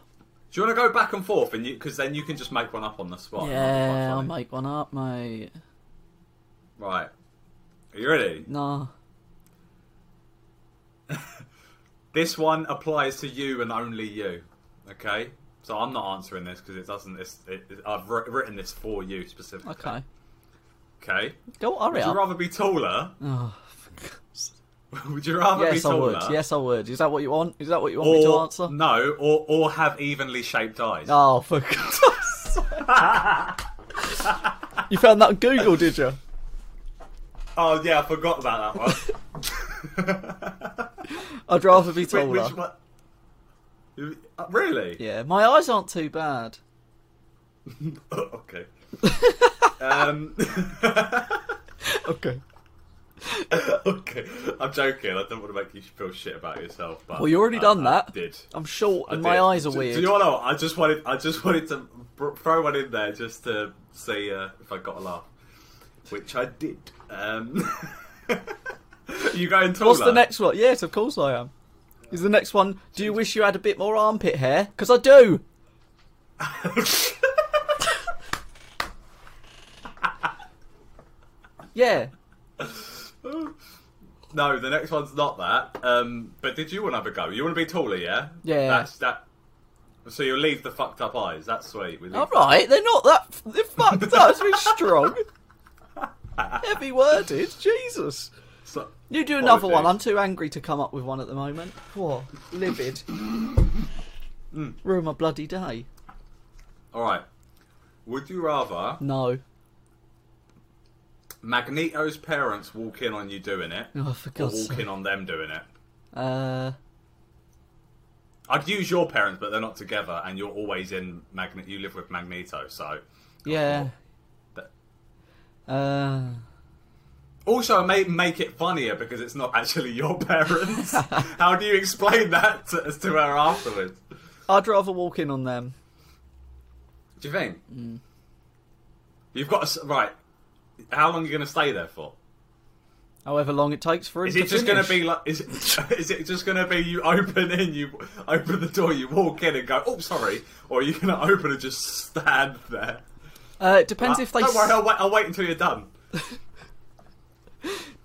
[SPEAKER 1] Do you want to go back and forth, and you because then you can just make one up on the spot. and that'd be quite
[SPEAKER 2] yeah, I'll
[SPEAKER 1] funny.
[SPEAKER 2] make one up, mate.
[SPEAKER 1] Right. Are you ready?
[SPEAKER 2] Nah.
[SPEAKER 1] This one applies to you and only you. Okay. So I'm not answering this because it doesn't. It's, it, it- I've wri- written this for you specifically.
[SPEAKER 2] Okay.
[SPEAKER 1] Okay.
[SPEAKER 2] Go hurry
[SPEAKER 1] Would you
[SPEAKER 2] up.
[SPEAKER 1] rather be taller? [LAUGHS]
[SPEAKER 2] Oh, for God's-
[SPEAKER 1] would you rather be
[SPEAKER 2] yes, I
[SPEAKER 1] taller?
[SPEAKER 2] would. Yes, I would. Is that what you want? Is that what you want me to
[SPEAKER 1] Or
[SPEAKER 2] answer?
[SPEAKER 1] no, or or have evenly shaped eyes. [LAUGHS]
[SPEAKER 2] Oh, for God's [LAUGHS] sake. You found that on Google, did you?
[SPEAKER 1] Oh yeah, I forgot about that one.
[SPEAKER 2] I'd
[SPEAKER 1] [LAUGHS]
[SPEAKER 2] rather [LAUGHS] be taller.
[SPEAKER 1] Wait, which one? You- uh, Really?
[SPEAKER 2] Yeah, my eyes aren't too bad.
[SPEAKER 1] Oh, [LAUGHS] okay. [LAUGHS] um, [LAUGHS]
[SPEAKER 2] Okay.
[SPEAKER 1] [LAUGHS] okay. I'm joking. I don't want to make you feel shit about yourself. But
[SPEAKER 2] Well, you already
[SPEAKER 1] I-
[SPEAKER 2] done
[SPEAKER 1] Uh, I
[SPEAKER 2] that.
[SPEAKER 1] Did.
[SPEAKER 2] I'm short
[SPEAKER 1] I
[SPEAKER 2] and
[SPEAKER 1] did.
[SPEAKER 2] my eyes are
[SPEAKER 1] Do-
[SPEAKER 2] weird.
[SPEAKER 1] Do you know what? I just wanted. I just wanted to br- throw one in there just to see uh, if I got a laugh, which I did. Um, [LAUGHS] you going taller?
[SPEAKER 2] What's the next one? Yes, of course I am. Is the next one? Do you wish you had a bit more armpit hair? Because I do. [LAUGHS] yeah.
[SPEAKER 1] [LAUGHS] No, the next one's not that. Um, but did you want to have a go? You want to be taller, yeah?
[SPEAKER 2] Yeah.
[SPEAKER 1] That's that. So you'll leave the fucked up eyes. That's sweet. We leave
[SPEAKER 2] All right. They're not that. They're fucked up. It's very strong. Heavy worded. Jesus.
[SPEAKER 1] So-
[SPEAKER 2] You do another one.
[SPEAKER 1] Apologies.
[SPEAKER 2] I'm too angry to come up with one at the moment. What? Livid.
[SPEAKER 1] Hmm.
[SPEAKER 2] Ruin my bloody day.
[SPEAKER 1] All right. Would you rather
[SPEAKER 2] No.
[SPEAKER 1] Magneto's parents walk in on you doing it,
[SPEAKER 2] Oh, for
[SPEAKER 1] or
[SPEAKER 2] God's
[SPEAKER 1] walk
[SPEAKER 2] sake.
[SPEAKER 1] in on them doing it?
[SPEAKER 2] Uh,
[SPEAKER 1] I'd use your parents, but they're not together, and you're always in Magnet. You live with Magneto, so.
[SPEAKER 2] yeah.
[SPEAKER 1] But- Oh,
[SPEAKER 2] Uh,
[SPEAKER 1] Also, make make it funnier because it's not actually your [LAUGHS]
[SPEAKER 2] [LAUGHS]
[SPEAKER 1] parents. How do you explain that to, to her afterwards?
[SPEAKER 2] I'd rather walk in on them.
[SPEAKER 1] Do you think?
[SPEAKER 2] Mm.
[SPEAKER 1] You've got to, s- right. How long are you going to stay there for?
[SPEAKER 2] However long it takes for him
[SPEAKER 1] Is
[SPEAKER 2] to
[SPEAKER 1] it just going
[SPEAKER 2] finish.
[SPEAKER 1] to be like? Is it, [LAUGHS] is it just going to be you open in, you open the door, you walk in and go, "Oh, sorry," or are you going to [LAUGHS] open and just stand there?
[SPEAKER 2] Uh, it depends if they
[SPEAKER 1] Don't worry,
[SPEAKER 2] s-
[SPEAKER 1] I'll wait, I'll wait until you're done.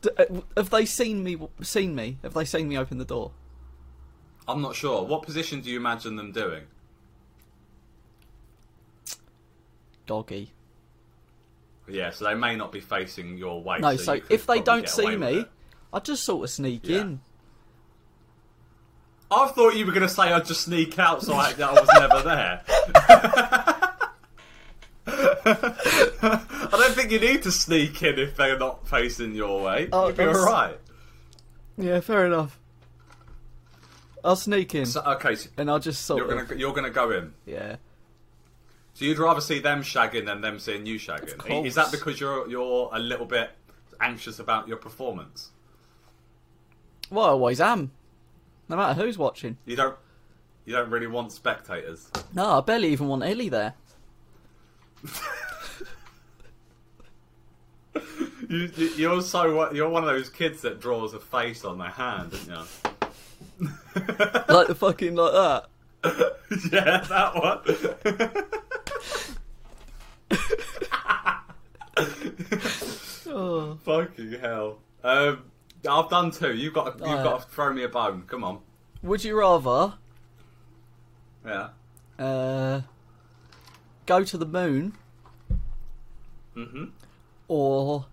[SPEAKER 2] d- uh, have they seen me w- seen me have they seen me open the door?
[SPEAKER 1] I'm not sure. What position do you imagine them doing?
[SPEAKER 2] Doggy.
[SPEAKER 1] Yeah, so they may not be facing your way.
[SPEAKER 2] No,
[SPEAKER 1] you
[SPEAKER 2] so,
[SPEAKER 1] could
[SPEAKER 2] if they
[SPEAKER 1] probably
[SPEAKER 2] don't
[SPEAKER 1] get away
[SPEAKER 2] see
[SPEAKER 1] with
[SPEAKER 2] me,
[SPEAKER 1] it.
[SPEAKER 2] I just sort of sneak
[SPEAKER 1] Yeah.
[SPEAKER 2] in.
[SPEAKER 1] I thought you were going to say I'd just sneak out, so I, that I was never there. [LAUGHS] I don't think you need to sneak in if they're not facing your way.
[SPEAKER 2] Oh,
[SPEAKER 1] You'd be
[SPEAKER 2] I'm s-
[SPEAKER 1] all right.
[SPEAKER 2] Yeah, fair enough. I'll sneak in
[SPEAKER 1] So, okay, so
[SPEAKER 2] and I'll just sort
[SPEAKER 1] you're
[SPEAKER 2] of
[SPEAKER 1] going to you're going to go in.
[SPEAKER 2] yeah.
[SPEAKER 1] So you'd rather see them shagging than them seeing you shagging.
[SPEAKER 2] course.
[SPEAKER 1] Is that because you're you're a little bit anxious about your performance?
[SPEAKER 2] Well, I always am. No matter who's watching.
[SPEAKER 1] You don't you don't really want spectators. [LAUGHS]
[SPEAKER 2] No, I barely even want Ellie [LAUGHS] there.
[SPEAKER 1] You, you- you're so you're one of those kids that draws a face on their hand, aren't you?
[SPEAKER 2] like the fucking like that.
[SPEAKER 1] [LAUGHS] Yeah, that one.
[SPEAKER 2] Oh.
[SPEAKER 1] Fucking hell. Um, I've done two. You've got to, you've
[SPEAKER 2] Alright.
[SPEAKER 1] got to throw me a bone. Come on.
[SPEAKER 2] Would you rather
[SPEAKER 1] Yeah.
[SPEAKER 2] uh, go to the moon
[SPEAKER 1] hmm
[SPEAKER 2] or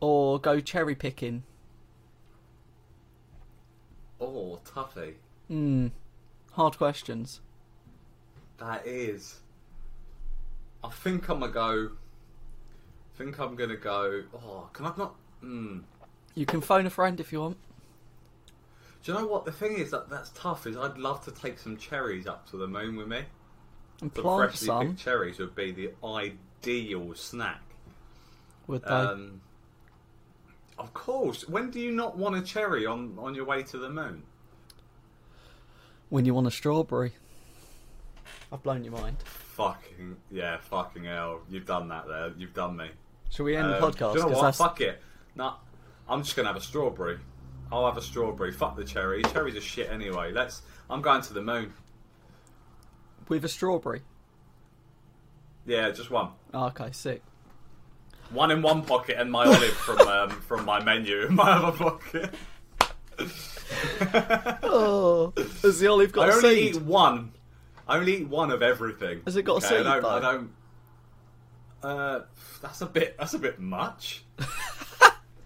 [SPEAKER 2] or go cherry picking?
[SPEAKER 1] Oh, toughy.
[SPEAKER 2] Hmm. Hard questions.
[SPEAKER 1] That is. I think I'm gonna go. I think I'm gonna go. Oh, can I not? Mm.
[SPEAKER 2] You can phone a friend if you want.
[SPEAKER 1] Do you know what the thing is that that's tough? Is I'd love to take some cherries up to the moon with me.
[SPEAKER 2] And
[SPEAKER 1] The
[SPEAKER 2] plant
[SPEAKER 1] freshly
[SPEAKER 2] some.
[SPEAKER 1] picked cherries would be the ideal snack.
[SPEAKER 2] Would they?
[SPEAKER 1] Um, of course. When do you not want a cherry on, on your way to the moon?
[SPEAKER 2] when you want a strawberry. I've blown your mind.
[SPEAKER 1] Fucking yeah, fucking hell. You've done that there. You've done me.
[SPEAKER 2] Shall we end the
[SPEAKER 1] Um,
[SPEAKER 2] podcast?
[SPEAKER 1] do you know
[SPEAKER 2] 'Cause
[SPEAKER 1] what?
[SPEAKER 2] that's-
[SPEAKER 1] Fuck it. Nah, I'm just gonna have a strawberry. I'll have a strawberry. Fuck the cherry. Cherries are shit anyway. Let's. I'm going to the moon.
[SPEAKER 2] with a strawberry. Ah,
[SPEAKER 1] Yeah, just one. [LAUGHS]
[SPEAKER 2] Oh, okay, sick.
[SPEAKER 1] one in one pocket and my olive
[SPEAKER 2] [LAUGHS]
[SPEAKER 1] from um, from my menu in my other pocket.
[SPEAKER 2] Oh, has the olive
[SPEAKER 1] I
[SPEAKER 2] got a
[SPEAKER 1] only
[SPEAKER 2] seed?
[SPEAKER 1] eat one. I only eat one of everything.
[SPEAKER 2] Has it got a
[SPEAKER 1] I
[SPEAKER 2] seed,
[SPEAKER 1] don't- I
[SPEAKER 2] though?
[SPEAKER 1] don't. Uh, that's a bit. That's a bit much. [LAUGHS]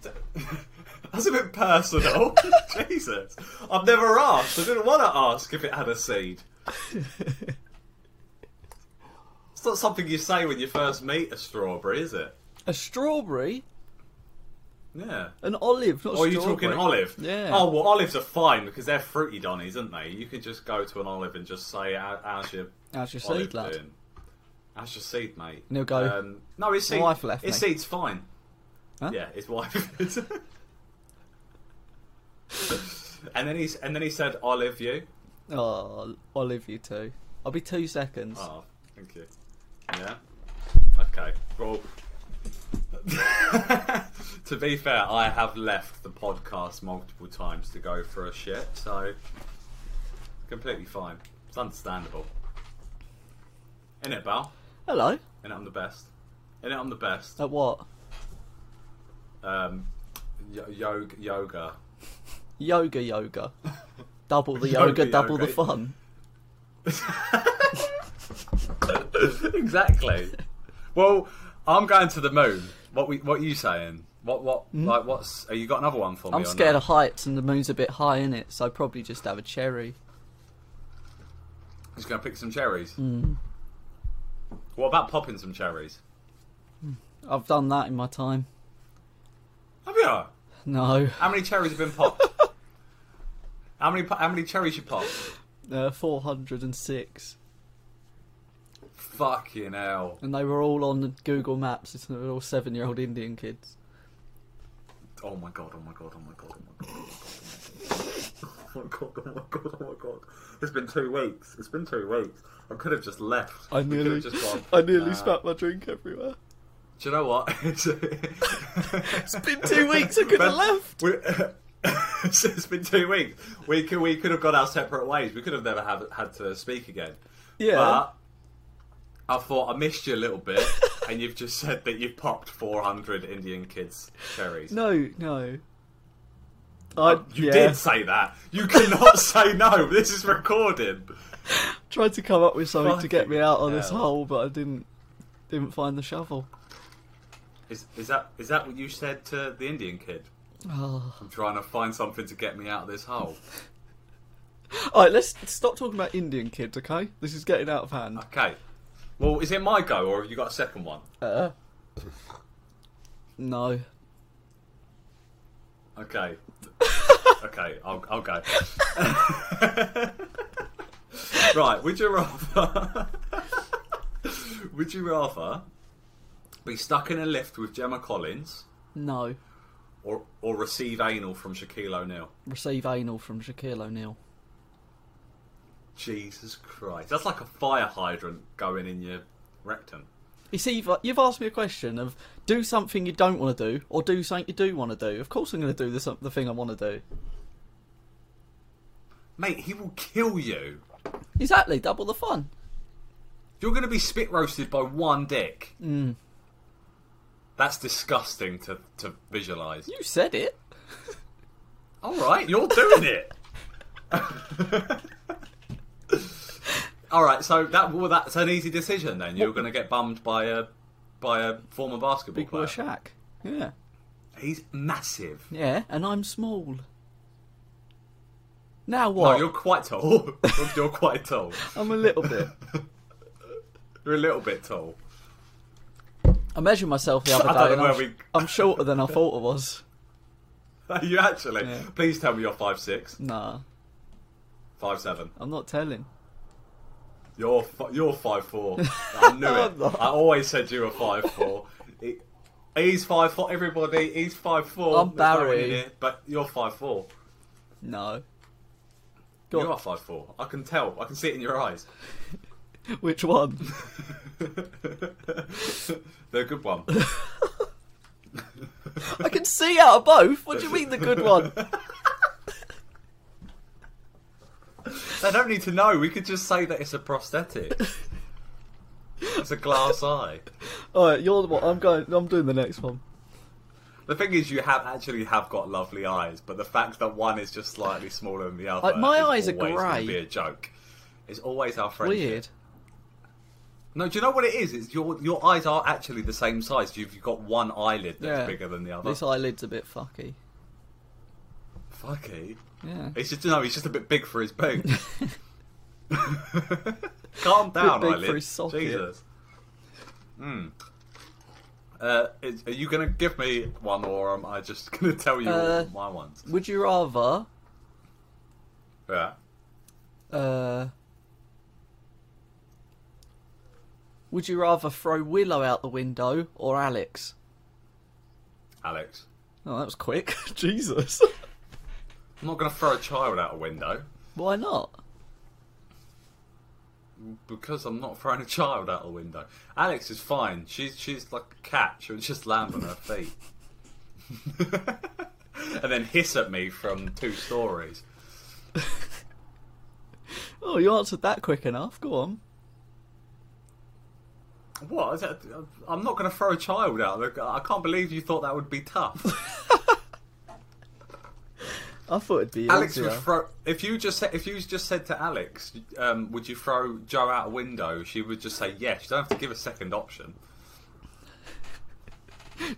[SPEAKER 1] that's a bit personal. [LAUGHS] Jesus, I've never asked. I didn't want to ask if it had a seed. It's not something you say when you first meet a strawberry, is it?
[SPEAKER 2] [LAUGHS] A strawberry,
[SPEAKER 1] Yeah.
[SPEAKER 2] an olive, not
[SPEAKER 1] Or Oh, are
[SPEAKER 2] a
[SPEAKER 1] you
[SPEAKER 2] strawberry.
[SPEAKER 1] talking olive?
[SPEAKER 2] Yeah.
[SPEAKER 1] Oh well, olives are fine because they're fruity donnies, aren't they? You can just go to an olive and just say, "How- "How's your
[SPEAKER 2] How's your
[SPEAKER 1] olive
[SPEAKER 2] seed, lad?
[SPEAKER 1] doing?" How's your seed, mate?
[SPEAKER 2] And he'll go,
[SPEAKER 1] Um, no, his
[SPEAKER 2] "My
[SPEAKER 1] seed.
[SPEAKER 2] wife left
[SPEAKER 1] his
[SPEAKER 2] me."
[SPEAKER 1] seed's fine.
[SPEAKER 2] Huh?
[SPEAKER 1] Yeah, his wife. [LAUGHS] is. and then he's and then he said, "I love you."
[SPEAKER 2] Oh, olive, you two. I'll be two seconds.
[SPEAKER 1] Oh, thank you. Yeah. Okay. Well, [LAUGHS] to be fair, I have left the podcast multiple times to go for a shit, so completely fine. It's understandable. In it, Bal.
[SPEAKER 2] Hello.
[SPEAKER 1] In it, I'm the best. In it, I'm the best.
[SPEAKER 2] At what?
[SPEAKER 1] Um, yo- yoga, yoga.
[SPEAKER 2] Yoga, yoga. Double the yoga,
[SPEAKER 1] [LAUGHS] Yoga,
[SPEAKER 2] double the
[SPEAKER 1] yoga.
[SPEAKER 2] fun.
[SPEAKER 1] [LAUGHS] exactly. Well, I'm going to the moon. What we, what you saying? What what like what's? Are you got another one for me?
[SPEAKER 2] Hmm? I'm
[SPEAKER 1] or
[SPEAKER 2] scared
[SPEAKER 1] no?
[SPEAKER 2] of heights and the moon's a bit high in it, so I'd probably just have a cherry.
[SPEAKER 1] Just gonna pick some cherries.
[SPEAKER 2] Hmm.
[SPEAKER 1] What about popping some cherries?
[SPEAKER 2] I've done that in my time. [LAUGHS]
[SPEAKER 1] Have you?
[SPEAKER 2] No.
[SPEAKER 1] How many cherries have been popped? [LAUGHS] how many? po- How many cherries you popped?
[SPEAKER 2] Uh, 406.
[SPEAKER 1] Fucking hell!
[SPEAKER 2] And they were all on Google Maps. It's they were all seven year old Indian kids.
[SPEAKER 1] Oh my god! Oh my god! Oh my god! Oh my god! Oh my god! Oh my god! Oh my god! Oh my god! It's been two weeks. It's been two weeks. I could have just left.
[SPEAKER 2] [LAUGHS] I
[SPEAKER 1] We could
[SPEAKER 2] nearly,
[SPEAKER 1] have just gone,
[SPEAKER 2] I nearly
[SPEAKER 1] "Nah."
[SPEAKER 2] spat my drink everywhere.
[SPEAKER 1] Do you know
[SPEAKER 2] [LAUGHS]
[SPEAKER 1] what?
[SPEAKER 2] It's been two weeks, I could have
[SPEAKER 1] But
[SPEAKER 2] left.
[SPEAKER 1] We, [LAUGHS] so it's been two weeks. We could we could have gone our separate ways. We could have never have, had to speak again.
[SPEAKER 2] Yeah.
[SPEAKER 1] But I thought I missed you a little
[SPEAKER 2] [LAUGHS]
[SPEAKER 1] bit, and you've just said that you popped 400 Indian kids cherries.
[SPEAKER 2] No, no. I
[SPEAKER 1] Oh, you
[SPEAKER 2] yeah,
[SPEAKER 1] did say that. You cannot [LAUGHS] say no. This is recorded.
[SPEAKER 2] tried to come up with something to get me out of this
[SPEAKER 1] Fucking hell.
[SPEAKER 2] hole, but I didn't didn't find the shovel. [SIGHS]
[SPEAKER 1] Is, is that is that what you said to the Indian kid?
[SPEAKER 2] Oh.
[SPEAKER 1] I'm trying to find something to get me out of this hole.
[SPEAKER 2] All right, let's stop talking about Indian kids, okay? This is getting out of hand.
[SPEAKER 1] Okay. Well, is it my go, or have you got a second one?
[SPEAKER 2] Uh, no.
[SPEAKER 1] Okay. okay, I'll, I'll go. [LAUGHS] right, would you rather. [LAUGHS] would you rather be stuck in a lift with Gemma Collins
[SPEAKER 2] No.
[SPEAKER 1] or, or receive anal from Shaquille O'Neal?
[SPEAKER 2] Receive anal from Shaquille O'Neal.
[SPEAKER 1] Jesus Christ. That's like a fire hydrant going in your rectum.
[SPEAKER 2] You see, you've, you've asked me a question of do something you don't want to do or do something you do want to do. Of course, I'm going to do the, som- the thing I want to do.
[SPEAKER 1] Mate, he will kill you.
[SPEAKER 2] Exactly, double the fun.
[SPEAKER 1] You're going to be spit roasted by one dick. That's disgusting to, to visualise.
[SPEAKER 2] You said it.
[SPEAKER 1] All right, you're doing it. [LAUGHS] All right, so that well, that's an easy decision then. You're going to get bummed by a by a former basketball
[SPEAKER 2] Big boy
[SPEAKER 1] player.
[SPEAKER 2] Shaq. Yeah.
[SPEAKER 1] He's massive.
[SPEAKER 2] Yeah, and I'm small. Now
[SPEAKER 1] No,
[SPEAKER 2] what?
[SPEAKER 1] you're quite tall. [LAUGHS] you're quite tall.
[SPEAKER 2] [LAUGHS] I'm a little bit.
[SPEAKER 1] You're a little bit tall. [LAUGHS]
[SPEAKER 2] I measured myself the other
[SPEAKER 1] I
[SPEAKER 2] day.
[SPEAKER 1] don't know where
[SPEAKER 2] and I'm,
[SPEAKER 1] we-
[SPEAKER 2] I'm shorter than I thought I was.
[SPEAKER 1] Are you actually?
[SPEAKER 2] Yeah.
[SPEAKER 1] Please tell me you're five six,
[SPEAKER 2] Nah,
[SPEAKER 1] five seven.
[SPEAKER 2] I'm not telling.
[SPEAKER 1] You're fi- you're five four.
[SPEAKER 2] [LAUGHS]
[SPEAKER 1] I knew
[SPEAKER 2] I'm
[SPEAKER 1] it.
[SPEAKER 2] not.
[SPEAKER 1] I always said you were five four. He's five four. Everybody, he's five four.
[SPEAKER 2] I'm
[SPEAKER 1] There's no one in
[SPEAKER 2] Barry.
[SPEAKER 1] here, but you're five four.
[SPEAKER 2] No.
[SPEAKER 1] you
[SPEAKER 2] Go
[SPEAKER 1] are five four. I can tell. I can see it in your eyes. [LAUGHS]
[SPEAKER 2] on. Which one?
[SPEAKER 1] They're a good one.
[SPEAKER 2] [LAUGHS] I can see out of both. What [LAUGHS] do you mean the good [LAUGHS] one?
[SPEAKER 1] [LAUGHS] they don't need to
[SPEAKER 2] [LAUGHS]
[SPEAKER 1] know. We could just say that it's a prosthetic. It's a glass eye.
[SPEAKER 2] All right, you're the one. I'm going. I'm doing the next one.
[SPEAKER 1] The thing is, you have actually have got lovely eyes, but the fact that one is just slightly smaller than the other,
[SPEAKER 2] Like, my
[SPEAKER 1] is
[SPEAKER 2] eyes are
[SPEAKER 1] always gonna
[SPEAKER 2] grey.
[SPEAKER 1] Be a joke. It's always our friendship.
[SPEAKER 2] Weird.
[SPEAKER 1] No, do you know what it is? It's your your eyes are actually the same size. You've, you've got one eyelid that's
[SPEAKER 2] Yeah.
[SPEAKER 1] bigger than the other.
[SPEAKER 2] This eyelid's a bit fucky.
[SPEAKER 1] Fucky.
[SPEAKER 2] Yeah.
[SPEAKER 1] It's just no. He's just a bit big for his
[SPEAKER 2] [LAUGHS]
[SPEAKER 1] boot. [LAUGHS] Calm down,
[SPEAKER 2] big
[SPEAKER 1] eyelid.
[SPEAKER 2] for his socket.
[SPEAKER 1] Jesus. Hmm. Uh, is, are you gonna give me one, or am I just [LAUGHS] gonna tell you
[SPEAKER 2] Uh,
[SPEAKER 1] all my ones?
[SPEAKER 2] [LAUGHS] Would you rather
[SPEAKER 1] Yeah.
[SPEAKER 2] Uh, would you rather throw Willow out the window or Alex?
[SPEAKER 1] Alex.
[SPEAKER 2] Oh, that was quick. [LAUGHS] Jesus.
[SPEAKER 1] I'm not going to throw a child out a window
[SPEAKER 2] Why not? [LAUGHS]
[SPEAKER 1] because I'm not throwing a child out a window. Alex is fine. She's she's like a cat. She'll just land on her feet [LAUGHS] and then hiss at me from two stories.
[SPEAKER 2] Oh, you answered that quick enough. Go on. [LAUGHS]
[SPEAKER 1] What? Is that, I'm not going to throw a child out. Look, I can't believe you thought that would be
[SPEAKER 2] [LAUGHS]
[SPEAKER 1] tough.
[SPEAKER 2] I thought it'd be
[SPEAKER 1] Alex
[SPEAKER 2] easier.
[SPEAKER 1] would throw. If you just said, if you just said to Alex, um, "Would you throw Joe out a window?" She would just say yes. You don't have to give a second option.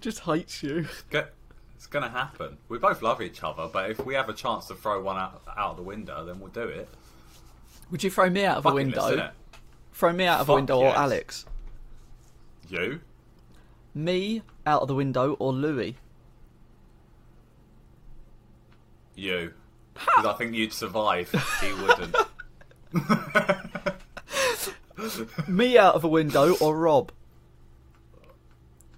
[SPEAKER 2] just hates you.
[SPEAKER 1] Go- It's going to happen. We both love each other, but if we have a chance to throw one out, out the window, then we'll do it.
[SPEAKER 2] Would you throw me out of a
[SPEAKER 1] Bucket list,
[SPEAKER 2] window?
[SPEAKER 1] innit?
[SPEAKER 2] Throw me out of a
[SPEAKER 1] Fuck
[SPEAKER 2] window
[SPEAKER 1] yes.
[SPEAKER 2] or Alex?
[SPEAKER 1] You?
[SPEAKER 2] Me out of the window or Louis?
[SPEAKER 1] You. Because I think you'd survive. He
[SPEAKER 2] [LAUGHS]
[SPEAKER 1] wouldn't. [LAUGHS]
[SPEAKER 2] Me out of
[SPEAKER 1] [LAUGHS]
[SPEAKER 2] a window or Rob?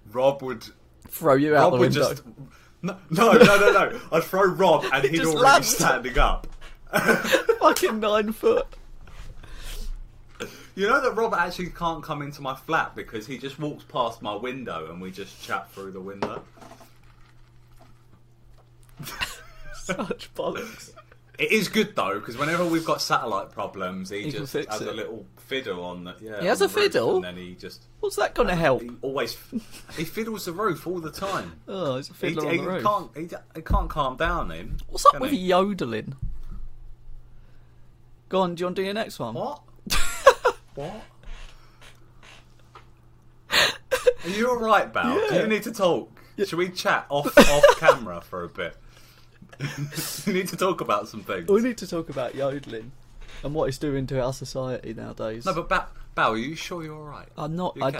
[SPEAKER 1] Rob would.
[SPEAKER 2] Throw you out
[SPEAKER 1] Rob
[SPEAKER 2] the
[SPEAKER 1] would
[SPEAKER 2] window.
[SPEAKER 1] just. No, no, no, no, no. I'd throw Rob and he'd
[SPEAKER 2] just
[SPEAKER 1] already
[SPEAKER 2] lands.
[SPEAKER 1] be standing up.
[SPEAKER 2] [LAUGHS]
[SPEAKER 1] [LAUGHS]
[SPEAKER 2] Fucking nine foot.
[SPEAKER 1] You know that Rob actually can't come into my flat because he just walks past my window and we just chat through the window.
[SPEAKER 2] Such bollocks.
[SPEAKER 1] It is good though because whenever we've got satellite problems, he,
[SPEAKER 2] He can
[SPEAKER 1] just
[SPEAKER 2] fix
[SPEAKER 1] has a
[SPEAKER 2] it.
[SPEAKER 1] little fiddle on the. Yeah,
[SPEAKER 2] He has
[SPEAKER 1] on
[SPEAKER 2] a
[SPEAKER 1] the roof,
[SPEAKER 2] fiddle?
[SPEAKER 1] and then he just
[SPEAKER 2] What's that going to help?
[SPEAKER 1] he always [LAUGHS] he fiddles the roof all the time.
[SPEAKER 2] Oh, it's a
[SPEAKER 1] He,
[SPEAKER 2] fiddler
[SPEAKER 1] he
[SPEAKER 2] on the roof.
[SPEAKER 1] can't he, he can't calm down him.
[SPEAKER 2] What's up
[SPEAKER 1] can
[SPEAKER 2] with
[SPEAKER 1] he?
[SPEAKER 2] yodeling? Go on, do you want to do your next one? [LAUGHS]
[SPEAKER 1] What? what? Are you all right, Bal? Do
[SPEAKER 2] Yeah.
[SPEAKER 1] you need to talk? Should we chat off
[SPEAKER 2] [LAUGHS]
[SPEAKER 1] off camera for a bit? [LAUGHS] you need to talk about some things.
[SPEAKER 2] We need to talk about yodeling and what it's doing to our society nowadays.
[SPEAKER 1] No, but Bal, Bal, are you sure you're all right?
[SPEAKER 2] I'm not.
[SPEAKER 1] You
[SPEAKER 2] I
[SPEAKER 1] can.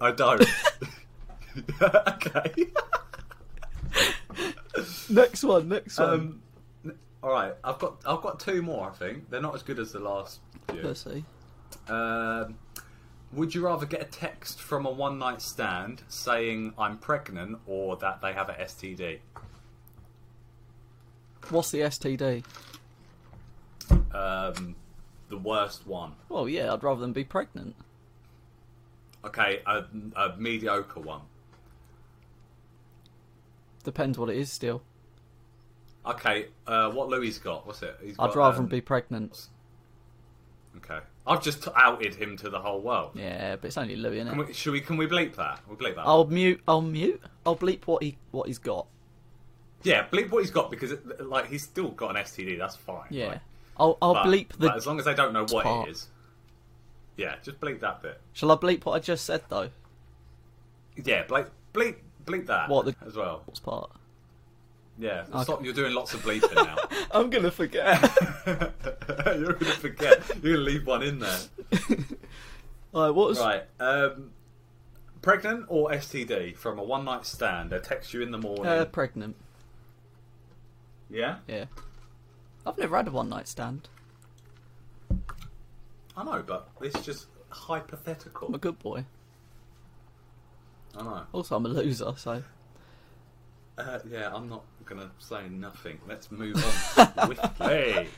[SPEAKER 2] don't.
[SPEAKER 1] I
[SPEAKER 2] [LAUGHS]
[SPEAKER 1] don't. okay.
[SPEAKER 2] Next one. Next one.
[SPEAKER 1] Um, all right, I've got I've got two more. I think they're not as good as the last. Few.
[SPEAKER 2] Let's see.
[SPEAKER 1] Um, would you rather get a text from a one night stand saying I'm pregnant or that they have a STD?
[SPEAKER 2] What's the STD?
[SPEAKER 1] Um, the worst one.
[SPEAKER 2] Well, yeah, I'd rather than be pregnant.
[SPEAKER 1] Okay, a, a mediocre one.
[SPEAKER 2] Depends what it is. Still,
[SPEAKER 1] Okay, uh, what Louis got? What's it? He's
[SPEAKER 2] I'd
[SPEAKER 1] got,
[SPEAKER 2] rather
[SPEAKER 1] um,
[SPEAKER 2] than be pregnant.
[SPEAKER 1] Okay, I've just outed him to the whole world.
[SPEAKER 2] Yeah, but it's only Louis, innit?
[SPEAKER 1] Can we, should we? Can we bleep that? We'll bleep that.
[SPEAKER 2] I'll mute. I'll mute. I'll bleep what he what he's got.
[SPEAKER 1] Yeah, bleep what he's got because it, like he's still got an STD. That's fine.
[SPEAKER 2] Yeah.
[SPEAKER 1] Like,
[SPEAKER 2] I'll I'll
[SPEAKER 1] But-
[SPEAKER 2] bleep the.
[SPEAKER 1] but as long as they don't know what
[SPEAKER 2] part.
[SPEAKER 1] it is. Yeah, just bleep that bit.
[SPEAKER 2] Shall I bleep what I just said though?
[SPEAKER 1] Yeah, bleep bleep bleep that
[SPEAKER 2] What, the-
[SPEAKER 1] as well.
[SPEAKER 2] What's part?
[SPEAKER 1] Yeah, stop. You're doing lots of bleeping now.
[SPEAKER 2] [LAUGHS]
[SPEAKER 1] [LAUGHS]
[SPEAKER 2] I'm gonna forget.
[SPEAKER 1] you're gonna forget. You're gonna leave one in there.
[SPEAKER 2] [LAUGHS] Alright, what was
[SPEAKER 1] Right. Um, pregnant or STD from a one night stand? They text you in the morning.
[SPEAKER 2] uh, pregnant?
[SPEAKER 1] yeah.
[SPEAKER 2] Yeah. I've never had a one night stand.
[SPEAKER 1] I know, but it's just
[SPEAKER 2] I'm a
[SPEAKER 1] hypothetical.
[SPEAKER 2] good boy.
[SPEAKER 1] I know.
[SPEAKER 2] Also, I'm a loser, so.
[SPEAKER 1] Uh, yeah, I'm not gonna say nothing. Let's move on
[SPEAKER 2] [LAUGHS]
[SPEAKER 1] swiftly.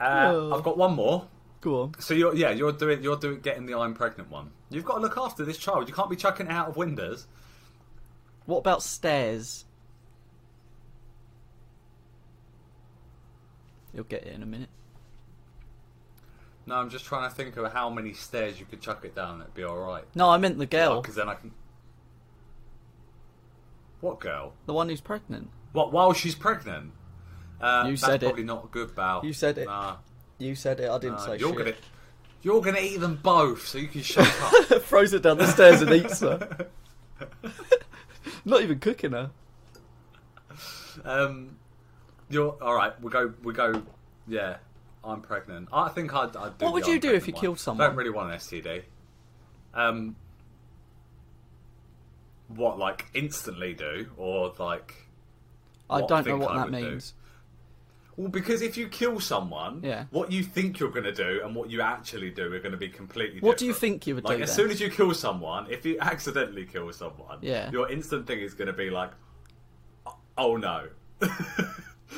[SPEAKER 1] Uh,
[SPEAKER 2] Oh.
[SPEAKER 1] I've got one more.
[SPEAKER 2] Go on.
[SPEAKER 1] So you're yeah, you're doing you're doing getting the I'm pregnant one. You've got to look after this child. You can't be chucking it out of windows.
[SPEAKER 2] What about stairs? You'll get it in a minute.
[SPEAKER 1] No, I'm just trying to think of how many stairs you could chuck it down. It'd be all right.
[SPEAKER 2] No, I meant the girl,
[SPEAKER 1] Because then I can. What girl?
[SPEAKER 2] the one who's pregnant.
[SPEAKER 1] What? While she's pregnant. Uh,
[SPEAKER 2] You
[SPEAKER 1] that's
[SPEAKER 2] said it.
[SPEAKER 1] probably not good, Bal.
[SPEAKER 2] You said it.
[SPEAKER 1] Nah,
[SPEAKER 2] You said it. I didn't
[SPEAKER 1] nah,
[SPEAKER 2] say
[SPEAKER 1] Uh, you're
[SPEAKER 2] shit.
[SPEAKER 1] gonna, you're gonna eat them both, so you can shut
[SPEAKER 2] [LAUGHS]
[SPEAKER 1] up.
[SPEAKER 2] Throws it down the stairs and eats her. [LAUGHS] Not even cooking her.
[SPEAKER 1] Um, you're all right. We go. We go. Yeah, I'm pregnant. I think I'd. I'd do
[SPEAKER 2] What would
[SPEAKER 1] the
[SPEAKER 2] you
[SPEAKER 1] I'm
[SPEAKER 2] do if
[SPEAKER 1] pregnant
[SPEAKER 2] you
[SPEAKER 1] one.
[SPEAKER 2] killed someone?
[SPEAKER 1] Don't really want an STD. Um, what like instantly do or like?
[SPEAKER 2] I
[SPEAKER 1] What
[SPEAKER 2] don't know
[SPEAKER 1] think
[SPEAKER 2] what
[SPEAKER 1] I
[SPEAKER 2] that
[SPEAKER 1] would do.
[SPEAKER 2] means.
[SPEAKER 1] Well, because if you kill someone,
[SPEAKER 2] Yeah.
[SPEAKER 1] what you think you're going to do and what you actually do are going to be completely.
[SPEAKER 2] What do you
[SPEAKER 1] different.
[SPEAKER 2] think you would
[SPEAKER 1] Like
[SPEAKER 2] do
[SPEAKER 1] as
[SPEAKER 2] then?
[SPEAKER 1] soon as you kill someone, if you [LAUGHS] accidentally kill someone,
[SPEAKER 2] Yeah.
[SPEAKER 1] your instant thing is going to be like, "Oh no." [LAUGHS]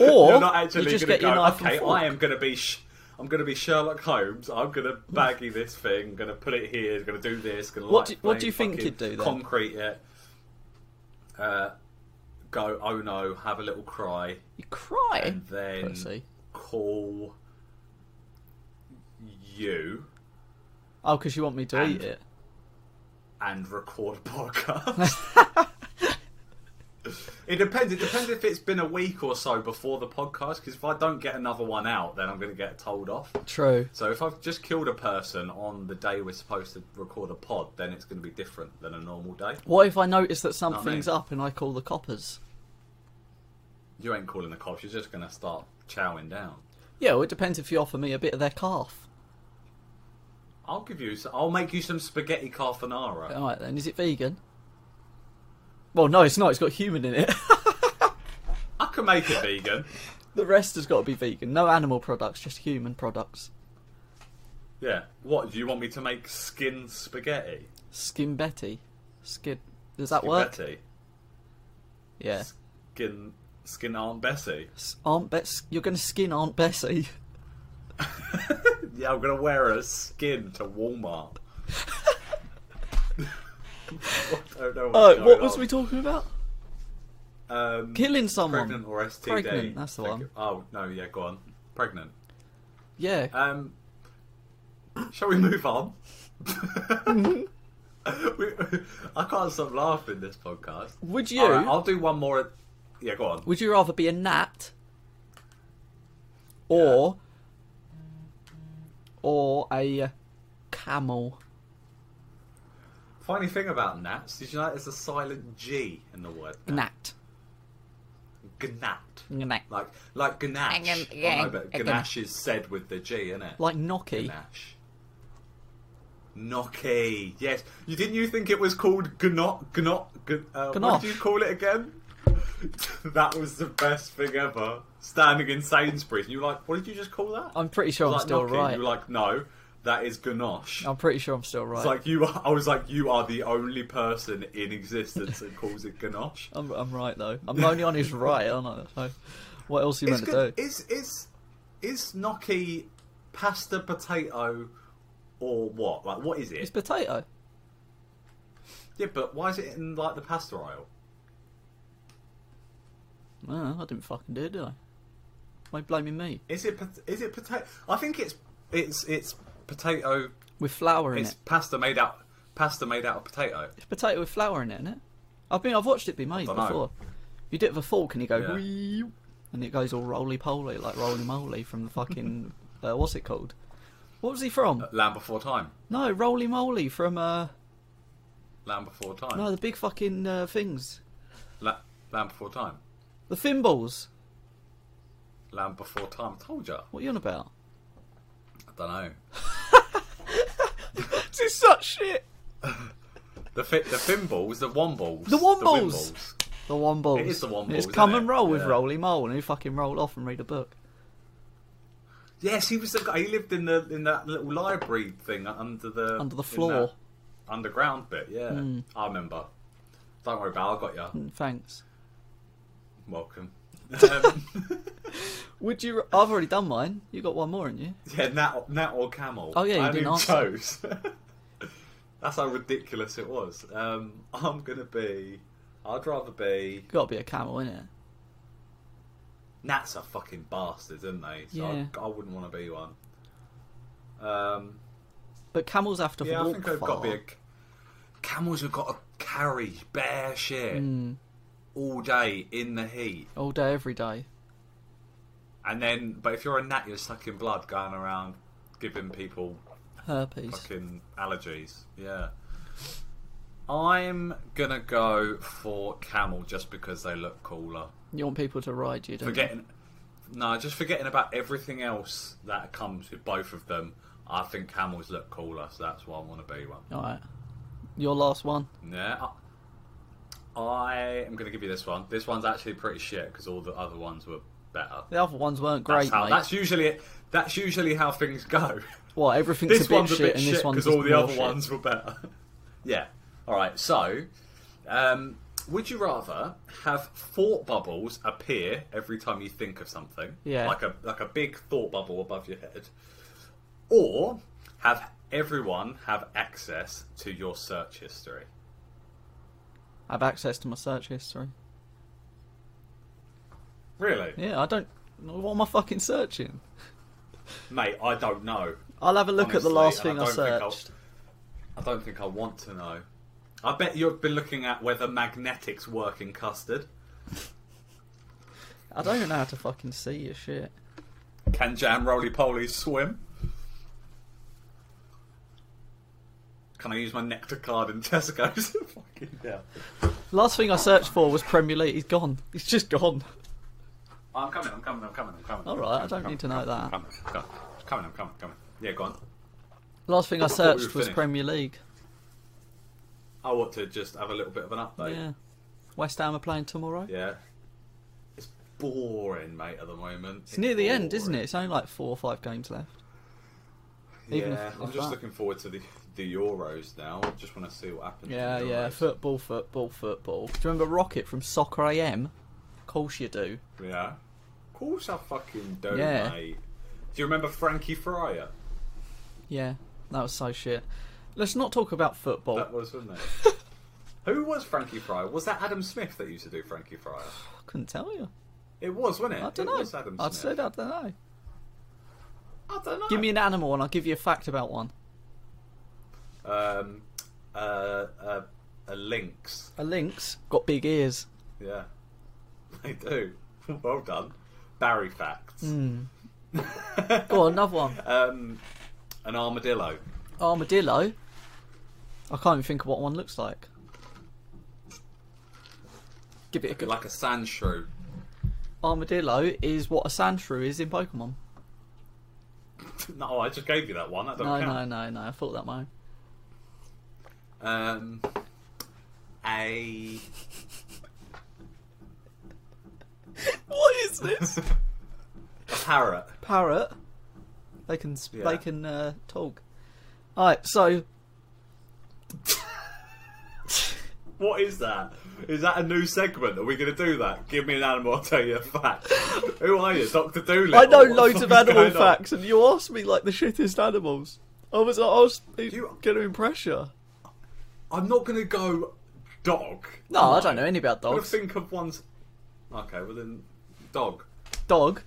[SPEAKER 2] Or
[SPEAKER 1] you're not actually
[SPEAKER 2] you just
[SPEAKER 1] gonna
[SPEAKER 2] get your
[SPEAKER 1] go,
[SPEAKER 2] knife and
[SPEAKER 1] okay,
[SPEAKER 2] fork."
[SPEAKER 1] I am going to be sh- I'm going to be Sherlock Holmes. I'm going to baggy this thing, I'm going to put it here, going to do this, going to
[SPEAKER 2] What
[SPEAKER 1] like
[SPEAKER 2] do- what do you think
[SPEAKER 1] fucking
[SPEAKER 2] you'd do then?
[SPEAKER 1] Concrete it. Uh, go, oh no, have a little cry
[SPEAKER 2] You cry.
[SPEAKER 1] and then
[SPEAKER 2] Pussy.
[SPEAKER 1] call you
[SPEAKER 2] Oh, because you want me to
[SPEAKER 1] And-
[SPEAKER 2] eat it.
[SPEAKER 1] and record a podcast. it depends. It depends if it's been a week or so before the podcast. Because if I don't get another one out, then I'm going to get told off.
[SPEAKER 2] [LAUGHS] True.
[SPEAKER 1] So if I've just killed a person on the day we're supposed to record a pod, then it's going to be different than a normal day.
[SPEAKER 2] What if I notice that
[SPEAKER 1] I mean-
[SPEAKER 2] something's up and I call the coppers?
[SPEAKER 1] You ain't calling the cops. You're just going to start chowing down.
[SPEAKER 2] Yeah, well, it depends if you offer me a bit of their calf.
[SPEAKER 1] I'll give you. s- I'll make you some spaghetti carbonara.
[SPEAKER 2] All right then, is it vegan? Well, no, it's not. It's got human in it. [LAUGHS]
[SPEAKER 1] I can make it vegan.
[SPEAKER 2] the rest has got to be vegan. No animal products, just human products.
[SPEAKER 1] Yeah. What do you want me to make? Skin spaghetti.
[SPEAKER 2] Skin Betty. Skin. Does that
[SPEAKER 1] Skin
[SPEAKER 2] work?
[SPEAKER 1] Betty.
[SPEAKER 2] Yeah.
[SPEAKER 1] Skin skin Aunt Bessie.
[SPEAKER 2] S- Aunt Bess, you're going to skin Aunt Bessie.
[SPEAKER 1] [LAUGHS]
[SPEAKER 2] [LAUGHS]
[SPEAKER 1] Yeah, I'm gonna wear a skin to Walmart. [LAUGHS] I don't know
[SPEAKER 2] Oh,
[SPEAKER 1] what's
[SPEAKER 2] what
[SPEAKER 1] going
[SPEAKER 2] was
[SPEAKER 1] on.
[SPEAKER 2] we talking about?
[SPEAKER 1] Um,
[SPEAKER 2] Killing someone.
[SPEAKER 1] Pregnant or STD?
[SPEAKER 2] Pregnant, that's the
[SPEAKER 1] Think-
[SPEAKER 2] one.
[SPEAKER 1] Oh no, yeah, go on. Pregnant.
[SPEAKER 2] Yeah.
[SPEAKER 1] Um, shall we move
[SPEAKER 2] [LAUGHS]
[SPEAKER 1] on? we, I can't stop laughing this podcast.
[SPEAKER 2] would you?
[SPEAKER 1] All right, I'll do one more. Yeah, go on.
[SPEAKER 2] Would you rather be a gnat or or a camel?
[SPEAKER 1] Funny thing about gnats, did you know there's a silent G in the word
[SPEAKER 2] Gnat.
[SPEAKER 1] Gnat.
[SPEAKER 2] Gnat.
[SPEAKER 1] Like like ganache.
[SPEAKER 4] Hang on,
[SPEAKER 1] I
[SPEAKER 4] yeah,
[SPEAKER 1] know, but
[SPEAKER 4] a
[SPEAKER 1] ganache is said with the G, isn't it?
[SPEAKER 2] Like Noki.
[SPEAKER 1] ganache. Gnocchi. Yes. You didn't you think it was called gnot gnot gn- uh, what
[SPEAKER 2] Ganache.
[SPEAKER 1] do you call it again? [LAUGHS] that was the best thing ever. Standing in Sainsbury's and you were like, what did you just call that?
[SPEAKER 2] I'm pretty sure
[SPEAKER 1] I
[SPEAKER 2] I'm
[SPEAKER 1] was like,
[SPEAKER 2] still
[SPEAKER 1] "Gnocchi," and
[SPEAKER 2] right.
[SPEAKER 1] You were like, no, that is ganache.
[SPEAKER 2] I'm pretty sure I'm still right.
[SPEAKER 1] It's like you are, I was like, you are the only person in existence that calls it ganache.
[SPEAKER 2] I'm, I'm right though. I'm the only on his right, aren't I? So, what else are you
[SPEAKER 1] Is,
[SPEAKER 2] meant to
[SPEAKER 1] good-
[SPEAKER 2] do?
[SPEAKER 1] is is is gnocchi pasta potato or what? Like what is it?
[SPEAKER 2] It's potato.
[SPEAKER 1] yeah, but why is it in like the pasta aisle?
[SPEAKER 2] No, I didn't fucking do it, did I? Why you blaming me?
[SPEAKER 1] Is it pot- is it potato? I think it's it's it's potato.
[SPEAKER 2] With flour in
[SPEAKER 1] It's
[SPEAKER 2] it.
[SPEAKER 1] pasta made out pasta made out of potato.
[SPEAKER 2] It's potato with flour in it, isn't it? I've been, I've watched it be made
[SPEAKER 1] dunno.
[SPEAKER 2] before. You do it with a fork and you go,
[SPEAKER 1] Yeah.
[SPEAKER 2] "Wheeew," and it goes all roly poly, like roly moly from
[SPEAKER 1] [LAUGHS]
[SPEAKER 2] the fucking, uh, what's it called? What was he from?
[SPEAKER 1] Land before time.
[SPEAKER 2] No, roly moly from, uh,
[SPEAKER 1] Land before time.
[SPEAKER 2] no, the big fucking uh, things.
[SPEAKER 1] La- land before time.
[SPEAKER 2] The thimbles.
[SPEAKER 1] Land before time. I told ya.
[SPEAKER 2] What are you on about?
[SPEAKER 1] I don't know.
[SPEAKER 2] This is such shit.
[SPEAKER 1] The fi- the thimbles, the wombles,
[SPEAKER 2] The wombles!
[SPEAKER 1] wimbles.
[SPEAKER 2] The Wombles.
[SPEAKER 1] It is the Wombles,
[SPEAKER 2] It's
[SPEAKER 1] isn't
[SPEAKER 2] come
[SPEAKER 1] it?
[SPEAKER 2] and roll with
[SPEAKER 1] Yeah.
[SPEAKER 2] roly mole, and you fucking roll off and read a book.
[SPEAKER 1] Yes, he was the guy. He lived in the in that little library thing under the
[SPEAKER 2] Under the
[SPEAKER 1] in
[SPEAKER 2] floor. Hmm.
[SPEAKER 1] that underground bit. Yeah, I remember. Don't worry, Val, I got you.
[SPEAKER 2] Mm, Thanks. [LAUGHS]
[SPEAKER 1] Welcome. um,
[SPEAKER 2] Would you? I've already done mine. You got one more, haven't you?
[SPEAKER 1] yeah, Nat, or- Nat or Camel.
[SPEAKER 2] Oh, yeah, you
[SPEAKER 1] I
[SPEAKER 2] didn't
[SPEAKER 1] only
[SPEAKER 2] answer.
[SPEAKER 1] chose. [LAUGHS] That's how ridiculous it was. Um, I'm gonna be. I'd rather be.
[SPEAKER 2] Got to be a camel, innit?
[SPEAKER 1] Nat's a fucking bastard, isn't they? So
[SPEAKER 2] Yeah.
[SPEAKER 1] I, I wouldn't want to be one. Um,
[SPEAKER 2] But camels have to
[SPEAKER 1] yeah, I
[SPEAKER 2] walk
[SPEAKER 1] think I've
[SPEAKER 2] far.
[SPEAKER 1] got to be a. Camels have got to carry bare shit
[SPEAKER 2] Mm.
[SPEAKER 1] all day in the heat.
[SPEAKER 2] all day, every day.
[SPEAKER 1] And then, but if you're a gnat, you're sucking blood going around giving people
[SPEAKER 2] Herpes.
[SPEAKER 1] fucking allergies. Yeah. I'm gonna go for camel just because they look cooler.
[SPEAKER 2] You want people to ride you, don't
[SPEAKER 1] Forgetting, no, just forgetting about everything else that comes with both of them. I think camels look cooler, so that's why I want to be one.
[SPEAKER 2] you? All right. Your last one.
[SPEAKER 1] Yeah. I- I am going to give you this one. This one's actually pretty shit because all the other ones were better.
[SPEAKER 2] The other ones weren't great,
[SPEAKER 1] that's, how,
[SPEAKER 2] mate.
[SPEAKER 1] that's usually that's usually how things
[SPEAKER 2] [LAUGHS]
[SPEAKER 1] go.
[SPEAKER 2] What, everything's
[SPEAKER 1] this
[SPEAKER 2] a bit
[SPEAKER 1] one's
[SPEAKER 2] shit
[SPEAKER 1] a bit
[SPEAKER 2] and
[SPEAKER 1] shit
[SPEAKER 2] this
[SPEAKER 1] because
[SPEAKER 2] one's just
[SPEAKER 1] all the
[SPEAKER 2] more
[SPEAKER 1] other
[SPEAKER 2] shit.
[SPEAKER 1] ones were better. [LAUGHS] yeah. All right. So, um, would you rather have thought bubbles appear every time you think of something?
[SPEAKER 2] Yeah.
[SPEAKER 1] Like a like a big thought bubble above your head, or have everyone have access to your search history?
[SPEAKER 2] I have access to my search history.
[SPEAKER 1] Really,
[SPEAKER 2] Yeah, I don't. What am I fucking searching?
[SPEAKER 1] mate? I don't know.
[SPEAKER 2] I'll have a look at the
[SPEAKER 1] Honestly,
[SPEAKER 2] last
[SPEAKER 1] and
[SPEAKER 2] thing
[SPEAKER 1] I
[SPEAKER 2] I,
[SPEAKER 1] don't think I'll-
[SPEAKER 2] searched.
[SPEAKER 1] I don't think I want to know. I bet you've been looking at whether magnetics work in custard.
[SPEAKER 2] I don't even know how to fucking see your shit.
[SPEAKER 1] Can jam roly polies swim? Can I use my nectar card in Tesco's? [LAUGHS] Fucking hell.
[SPEAKER 2] Last thing I searched for was Premier League. He's gone. He's just gone.
[SPEAKER 1] I'm coming, I'm coming, I'm coming, I'm coming.
[SPEAKER 2] All right, I don't need to know
[SPEAKER 1] I'm
[SPEAKER 2] that.
[SPEAKER 1] coming, I'm coming, I'm coming, I'm coming, I'm coming. Yeah, go on.
[SPEAKER 2] Last thing I
[SPEAKER 1] thought we were
[SPEAKER 2] searched was
[SPEAKER 1] finished.
[SPEAKER 2] Premier League.
[SPEAKER 1] I want to just have a little bit of an update.
[SPEAKER 2] Yeah. West Ham are playing tomorrow.
[SPEAKER 1] Yeah. It's boring, mate, at the moment.
[SPEAKER 2] It's near the end, isn't it? It's only like four or five games left. Even if-
[SPEAKER 1] yeah,
[SPEAKER 2] if
[SPEAKER 1] I'm just
[SPEAKER 2] that.
[SPEAKER 1] looking forward to the, the Euros now. I just want to see what happens. in
[SPEAKER 2] Yeah,
[SPEAKER 1] the
[SPEAKER 2] yeah.
[SPEAKER 1] Euros.
[SPEAKER 2] Football, football, football. Do you remember Rocket from Soccer AM? Of course you do.
[SPEAKER 1] Yeah. Of course I fucking do,
[SPEAKER 2] Yeah.
[SPEAKER 1] mate. Do you remember Frankie Fryer?
[SPEAKER 2] Yeah, that was so shit. Let's not talk about football.
[SPEAKER 1] That was, wasn't
[SPEAKER 2] [LAUGHS]
[SPEAKER 1] it? Who was Frankie Fryer? Was that Adam Smith that used to do Frankie Fryer?
[SPEAKER 2] I couldn't tell you.
[SPEAKER 1] It was, wasn't it?
[SPEAKER 2] I don't
[SPEAKER 1] It was
[SPEAKER 2] know.
[SPEAKER 1] Adam
[SPEAKER 2] I'd say
[SPEAKER 1] Smith.
[SPEAKER 2] I don't know.
[SPEAKER 1] I don't know.
[SPEAKER 2] Give me an animal and I'll give you a fact about one.
[SPEAKER 1] um, uh, uh, a lynx.
[SPEAKER 2] A lynx got big
[SPEAKER 1] [LAUGHS]
[SPEAKER 2] ears.
[SPEAKER 1] Yeah, they do. [LAUGHS] well done, Barry facts.
[SPEAKER 2] Hmm.
[SPEAKER 1] [LAUGHS]
[SPEAKER 2] Go on, another one.
[SPEAKER 1] Um, an armadillo.
[SPEAKER 2] Armadillo. I can't even think of what one looks like. Give it a go.
[SPEAKER 1] Like a sand shrew.
[SPEAKER 2] Armadillo is what a sand shrew is in Pokemon.
[SPEAKER 1] [LAUGHS] no, I just gave you that one. That don't
[SPEAKER 2] No,
[SPEAKER 1] count.
[SPEAKER 2] no, no, no. I thought that might.
[SPEAKER 1] Um, a
[SPEAKER 2] [LAUGHS]
[SPEAKER 1] [LAUGHS]
[SPEAKER 2] What is this?
[SPEAKER 1] a parrot.
[SPEAKER 2] Parrot. They can sp-
[SPEAKER 1] Yeah.
[SPEAKER 2] they can uh, talk. All right, so [LAUGHS]
[SPEAKER 1] What is that? Is that a new segment? Are we going to do that? Give me an animal, I'll tell you a
[SPEAKER 2] [LAUGHS]
[SPEAKER 1] fact. Who are you, Doctor Doolittle?
[SPEAKER 2] I know
[SPEAKER 1] What the
[SPEAKER 2] loads
[SPEAKER 1] fuck
[SPEAKER 2] of
[SPEAKER 1] is
[SPEAKER 2] animal
[SPEAKER 1] going on?
[SPEAKER 2] facts, and you asked me like the shittest animals. I was I was
[SPEAKER 1] You-
[SPEAKER 2] going to impress you.
[SPEAKER 1] I'm not going to go dog.
[SPEAKER 2] No, I don't know any about
[SPEAKER 1] I'm going to
[SPEAKER 2] dogs.
[SPEAKER 1] think of ones. Okay, well then, dog.
[SPEAKER 2] Dog.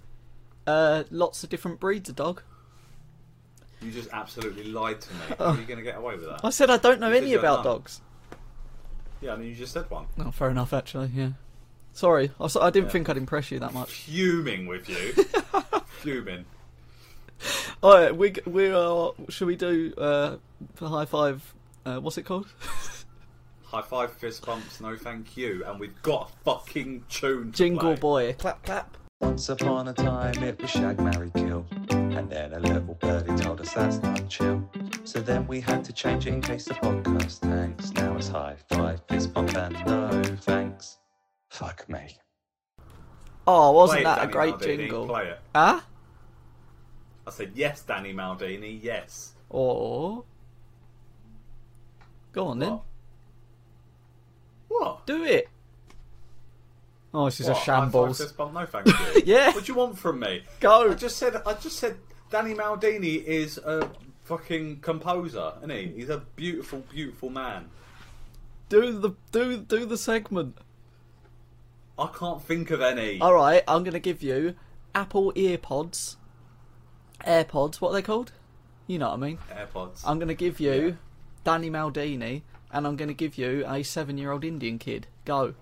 [SPEAKER 2] Uh, lots of different breeds of dog.
[SPEAKER 1] You just absolutely lied to me. How are you going to get away with
[SPEAKER 2] Oh. I
[SPEAKER 1] that?
[SPEAKER 2] said I don't know
[SPEAKER 1] You
[SPEAKER 2] any
[SPEAKER 1] did that
[SPEAKER 2] about
[SPEAKER 1] now.
[SPEAKER 2] dogs.
[SPEAKER 1] Yeah, I mean, you just said one.
[SPEAKER 2] Oh, fair enough, actually. Yeah. Sorry, I, was- I didn't
[SPEAKER 1] Yeah.
[SPEAKER 2] think I'd impress you that much.
[SPEAKER 1] Fuming with you. Fuming.
[SPEAKER 2] [LAUGHS] All right, we g- we are. Should we do uh, for high five? Uh, what's it called? [LAUGHS]
[SPEAKER 1] High five, fist bumps, no thank you. And we've got a fucking tune. to
[SPEAKER 2] Jingle
[SPEAKER 1] play.
[SPEAKER 2] boy, clap clap.
[SPEAKER 4] Once upon a time it was shag, marry, kill. And then a little birdie told us that's not chill. So then we had to change it in case the podcast tanks. Now it's high five, fist bump, and no thanks. Fuck me.
[SPEAKER 2] Oh,
[SPEAKER 1] Play
[SPEAKER 2] wasn't
[SPEAKER 1] it,
[SPEAKER 2] that
[SPEAKER 1] Danny
[SPEAKER 2] a great
[SPEAKER 1] Maldini,
[SPEAKER 2] jingle? Ah?
[SPEAKER 1] Play it.
[SPEAKER 2] Huh?
[SPEAKER 1] I said, yes, Danny Maldini, yes.
[SPEAKER 2] Or go on then,
[SPEAKER 1] What? What?
[SPEAKER 2] do it. Oh, this is
[SPEAKER 1] What?
[SPEAKER 2] a
[SPEAKER 1] High
[SPEAKER 2] shambles.
[SPEAKER 1] five, fist bump? No, thank you.
[SPEAKER 2] [LAUGHS] Yeah.
[SPEAKER 1] What do you want from me?
[SPEAKER 2] Go.
[SPEAKER 1] I just said. I just said. Danny Maldini is a fucking composer, isn't he? He's a beautiful, beautiful man.
[SPEAKER 2] Do the do do the segment.
[SPEAKER 1] I can't think of any.
[SPEAKER 2] All right, I'm gonna give you Apple ear pods. AirPods. What are they called? You know what I mean?
[SPEAKER 1] AirPods.
[SPEAKER 2] I'm going to give you Danny Maldini, and I'm going to give you a seven-year-old Indian kid. Go.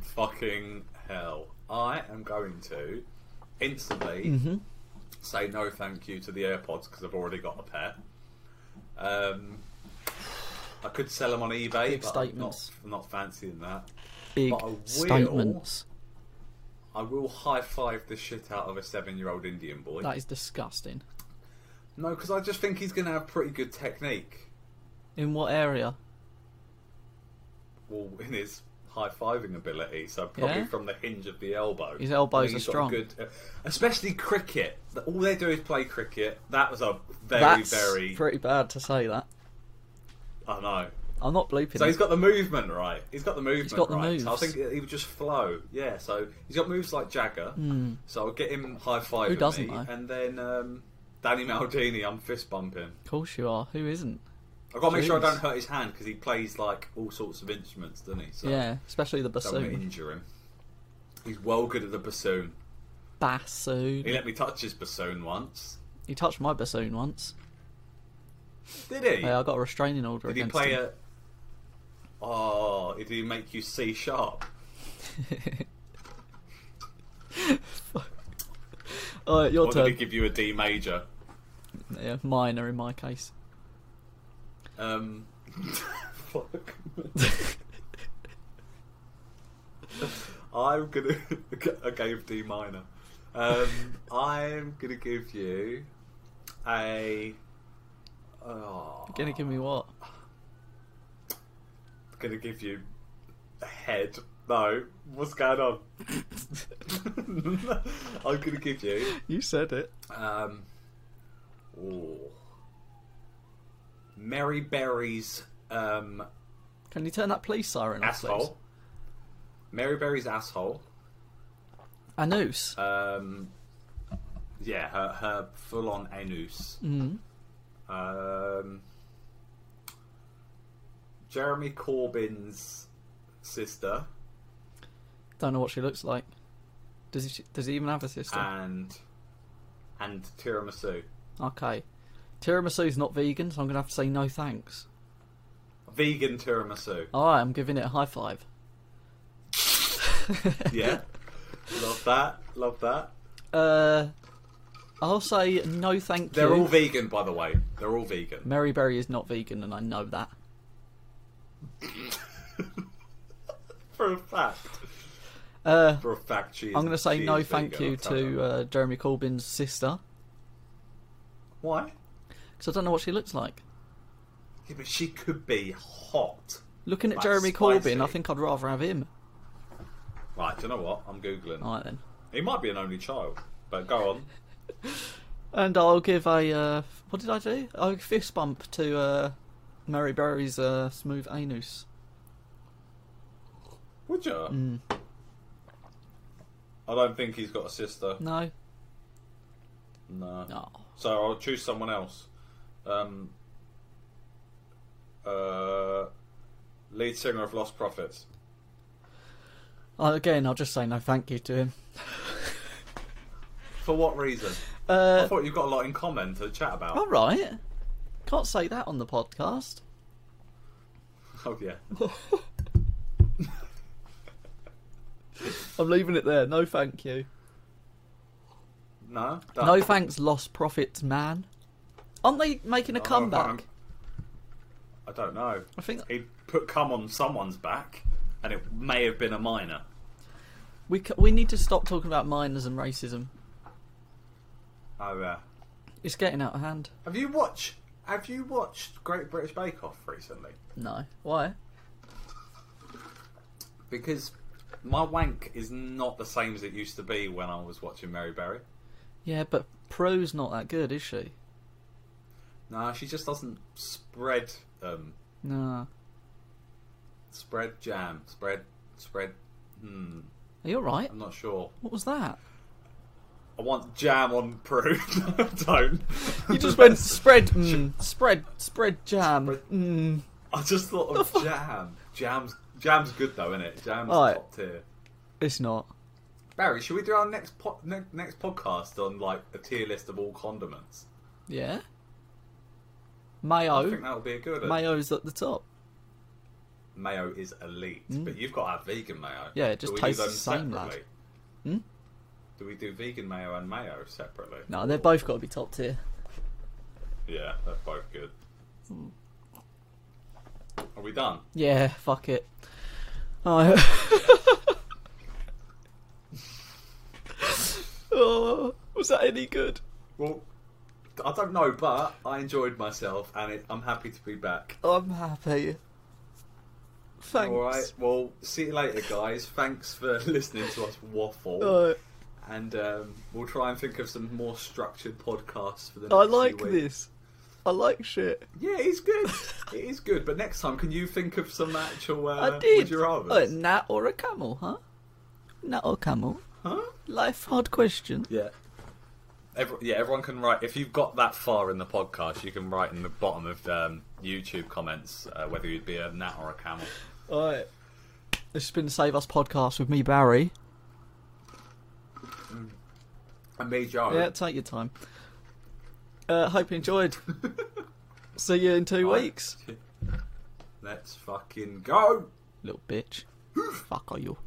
[SPEAKER 1] Fucking hell. I am going to instantly
[SPEAKER 2] Mm-hmm.
[SPEAKER 1] say no thank you to the AirPods because I've already got a pair. Um, I could sell them on eBay,
[SPEAKER 2] Big
[SPEAKER 1] but
[SPEAKER 2] statements.
[SPEAKER 1] I'm not, I'm not fancying that.
[SPEAKER 2] Big
[SPEAKER 1] But I will.
[SPEAKER 2] statements.
[SPEAKER 1] I will high five the shit out of a seven year old Indian boy.
[SPEAKER 2] That is disgusting.
[SPEAKER 1] No, because I just think he's going to have pretty good technique.
[SPEAKER 2] In what area?
[SPEAKER 1] Well, in his high fiving ability, so probably
[SPEAKER 2] Yeah?
[SPEAKER 1] from the hinge of the elbow.
[SPEAKER 2] His elbows
[SPEAKER 1] I think
[SPEAKER 2] are
[SPEAKER 1] he's got a
[SPEAKER 2] strong.
[SPEAKER 1] good, uh, especially cricket. All they do is play cricket. That was a very,
[SPEAKER 2] That's
[SPEAKER 1] very.
[SPEAKER 2] pretty bad to say that.
[SPEAKER 1] I know.
[SPEAKER 2] I'm not bleeping.
[SPEAKER 1] So
[SPEAKER 2] it.
[SPEAKER 1] he's got the movement right. He's got the movement
[SPEAKER 2] got the
[SPEAKER 1] right. So I
[SPEAKER 2] moves.
[SPEAKER 1] think he would just flow. Yeah. So he's got moves like Jagger. So I'll get him high five.
[SPEAKER 2] Hmm. Who doesn't,
[SPEAKER 1] me,
[SPEAKER 2] though?
[SPEAKER 1] And then um, Danny Maldini, I'm fist bumping.
[SPEAKER 2] Of course you are. Who isn't?
[SPEAKER 1] I've got to make sure I
[SPEAKER 2] Jeez.
[SPEAKER 1] don't hurt his hand because he plays like all sorts of instruments, doesn't he? So
[SPEAKER 2] Yeah, especially the
[SPEAKER 1] Don't want to
[SPEAKER 2] bassoon.
[SPEAKER 1] injure him. He's well good at the bassoon.
[SPEAKER 2] Bassoon.
[SPEAKER 1] He let me touch his bassoon once.
[SPEAKER 2] He touched my bassoon once.
[SPEAKER 1] Did he?
[SPEAKER 2] Yeah, I got a restraining order
[SPEAKER 1] did he
[SPEAKER 2] against
[SPEAKER 1] play
[SPEAKER 2] him.
[SPEAKER 1] a? Oh, did he make you C sharp?
[SPEAKER 2] All right, your
[SPEAKER 1] Or did he
[SPEAKER 2] turn.
[SPEAKER 1] give you a D major?
[SPEAKER 2] Yeah, minor in my case. [LAUGHS]
[SPEAKER 1] Um, [LAUGHS] fuck. [LAUGHS] I'm gonna. [LAUGHS] I gave D minor. Um, I'm gonna give you a. Oh,
[SPEAKER 2] Gonna give me what?
[SPEAKER 1] gonna give you a head. No, what's going on? [LAUGHS] I'm gonna give you.
[SPEAKER 2] You said it.
[SPEAKER 1] Um, ooh. Mary Berry's um,
[SPEAKER 2] Can you turn that police siren off,
[SPEAKER 1] asshole. Mary Berry's asshole.
[SPEAKER 2] please? Anus.
[SPEAKER 1] Um, yeah, her, her full-on anus.
[SPEAKER 2] mm.
[SPEAKER 1] Um, Jeremy Corbyn's sister
[SPEAKER 2] Don't know what she looks like. Does he, does he even have a sister?
[SPEAKER 1] and and tiramisu.
[SPEAKER 2] okay. Tiramisu's not vegan, so I'm gonna have to say no thanks.
[SPEAKER 1] Vegan
[SPEAKER 2] [LAUGHS]
[SPEAKER 1] tiramisu.
[SPEAKER 2] All right, I'm giving it a high five. [LAUGHS]
[SPEAKER 1] Yeah. Love that. Love that.
[SPEAKER 2] Uh, I'll say no thank
[SPEAKER 1] They're
[SPEAKER 2] you.
[SPEAKER 1] all vegan, by the way. They're all vegan.
[SPEAKER 2] Mary Berry is not vegan, and I know that.
[SPEAKER 1] [LAUGHS] For a fact.
[SPEAKER 2] Uh,
[SPEAKER 1] For a fact, she is.
[SPEAKER 2] I'm going to say
[SPEAKER 1] she
[SPEAKER 2] no
[SPEAKER 1] is
[SPEAKER 2] thank
[SPEAKER 1] vegan,
[SPEAKER 2] you
[SPEAKER 1] I'll tell
[SPEAKER 2] to
[SPEAKER 1] her.
[SPEAKER 2] uh, Jeremy Corbyn's sister
[SPEAKER 1] Why?
[SPEAKER 2] because I don't know what she looks like.
[SPEAKER 1] Yeah, but she could be hot.
[SPEAKER 2] Looking at
[SPEAKER 1] Like
[SPEAKER 2] Jeremy
[SPEAKER 1] spicy.
[SPEAKER 2] Corbyn, I think I'd rather have him.
[SPEAKER 1] Right, do you know what? I'm Googling.
[SPEAKER 2] All right then.
[SPEAKER 1] He might be an only child, but go on.
[SPEAKER 2] And I'll give a uh, what did I do? A fist bump to uh, Mary Berry's uh, smooth anus. Hmm.
[SPEAKER 1] Would you?
[SPEAKER 2] Mm.
[SPEAKER 1] I don't think he's got a sister.
[SPEAKER 2] No, Oh.
[SPEAKER 1] No.
[SPEAKER 2] no.
[SPEAKER 1] So I'll choose someone else. Um, uh, lead singer of Lost Prophets.
[SPEAKER 2] Uh, again, I'll just say no thank you to him.
[SPEAKER 1] For what reason? I
[SPEAKER 2] Uh, Oh.
[SPEAKER 1] thought you've got a lot in common to chat about.
[SPEAKER 2] all right. Can't say that on the podcast.
[SPEAKER 1] [LAUGHS] Oh
[SPEAKER 2] [LAUGHS]
[SPEAKER 1] yeah.
[SPEAKER 2] I'm leaving it there. No thank you.
[SPEAKER 1] No.
[SPEAKER 2] No
[SPEAKER 1] That-
[SPEAKER 2] thanks, lost profits man. Aren't they making
[SPEAKER 1] I don't know, I
[SPEAKER 2] a comeback?
[SPEAKER 1] can't- Oh, I don't know.
[SPEAKER 2] I think
[SPEAKER 1] He put cum on someone's back, and it may have been a minor.
[SPEAKER 2] we c- we need to stop talking about minors and racism.
[SPEAKER 1] Oh yeah.
[SPEAKER 2] It's getting out of hand.
[SPEAKER 1] Have you watched? Have you watched Great British Bake Off recently?
[SPEAKER 2] No, why?
[SPEAKER 1] Because my wank is not the same as it used to be when I was watching Mary Berry.
[SPEAKER 2] Yeah, but Pro's not that good, is she?
[SPEAKER 1] No, she just doesn't spread um
[SPEAKER 2] Nah.
[SPEAKER 1] spread jam, spread spread hmm,
[SPEAKER 2] Are you alright?
[SPEAKER 1] I'm not sure.
[SPEAKER 2] What was that?
[SPEAKER 1] I want jam on Prue. [LAUGHS] no, I don't.
[SPEAKER 2] You just went spread, mm, spread, spread jam. Mm.
[SPEAKER 1] I just thought of jam. Jam's jam's good though, isn't it? Jam's
[SPEAKER 2] Alright.
[SPEAKER 1] top tier.
[SPEAKER 2] It's not.
[SPEAKER 1] Barry, should we do our next po- ne- next podcast on like a tier list of all condiments?
[SPEAKER 2] Yeah.
[SPEAKER 1] I think
[SPEAKER 2] Mayo.
[SPEAKER 1] that would be a good. Mayo,
[SPEAKER 2] Mayo's at the top.
[SPEAKER 1] mayo is elite, but you've got our vegan mayo.
[SPEAKER 2] Hmm? Yeah, it just
[SPEAKER 1] Do we do
[SPEAKER 2] tastes
[SPEAKER 1] them
[SPEAKER 2] the same, lad. Hmm?
[SPEAKER 1] separately? Do we do vegan mayo and mayo separately?
[SPEAKER 2] No, they've both got to be top tier.
[SPEAKER 1] Yeah, they're both good. Are we done?
[SPEAKER 2] Yeah, fuck it. [LAUGHS] Oh, oh was that any good?
[SPEAKER 1] Well, I don't know, but I enjoyed myself, and it, I'm happy to be back.
[SPEAKER 2] I'm happy. Thanks.
[SPEAKER 1] All right. Well, see you later, guys. Thanks for [LAUGHS] listening to us waffle,
[SPEAKER 2] Uh,
[SPEAKER 1] and um, we'll try and think of some more structured podcasts for the. Next
[SPEAKER 2] I
[SPEAKER 1] few
[SPEAKER 2] like
[SPEAKER 1] weeks.
[SPEAKER 2] this. I like shit.
[SPEAKER 1] Yeah, it's good. it is good. But next time, can you think of some actual? Uh,
[SPEAKER 2] I did.
[SPEAKER 1] Would you rather?
[SPEAKER 2] A gnat or a camel, huh? Gnat or camel?
[SPEAKER 1] Huh?
[SPEAKER 2] Life hard question.
[SPEAKER 1] Yeah. Every, yeah, everyone can write. If you've got that far in the podcast, you can write in the bottom of um, YouTube comments uh, whether you'd be a gnat or a camel.
[SPEAKER 2] Alright. This has been the Save Us podcast with me, Barry.
[SPEAKER 1] And me, Joe.
[SPEAKER 2] Yeah, take your time. Uh, hope
[SPEAKER 1] [LAUGHS]
[SPEAKER 2] you enjoyed. See you in two
[SPEAKER 1] Alright.
[SPEAKER 2] weeks.
[SPEAKER 1] Let's fucking go. [GASPS]
[SPEAKER 2] Little bitch. Fuck are you?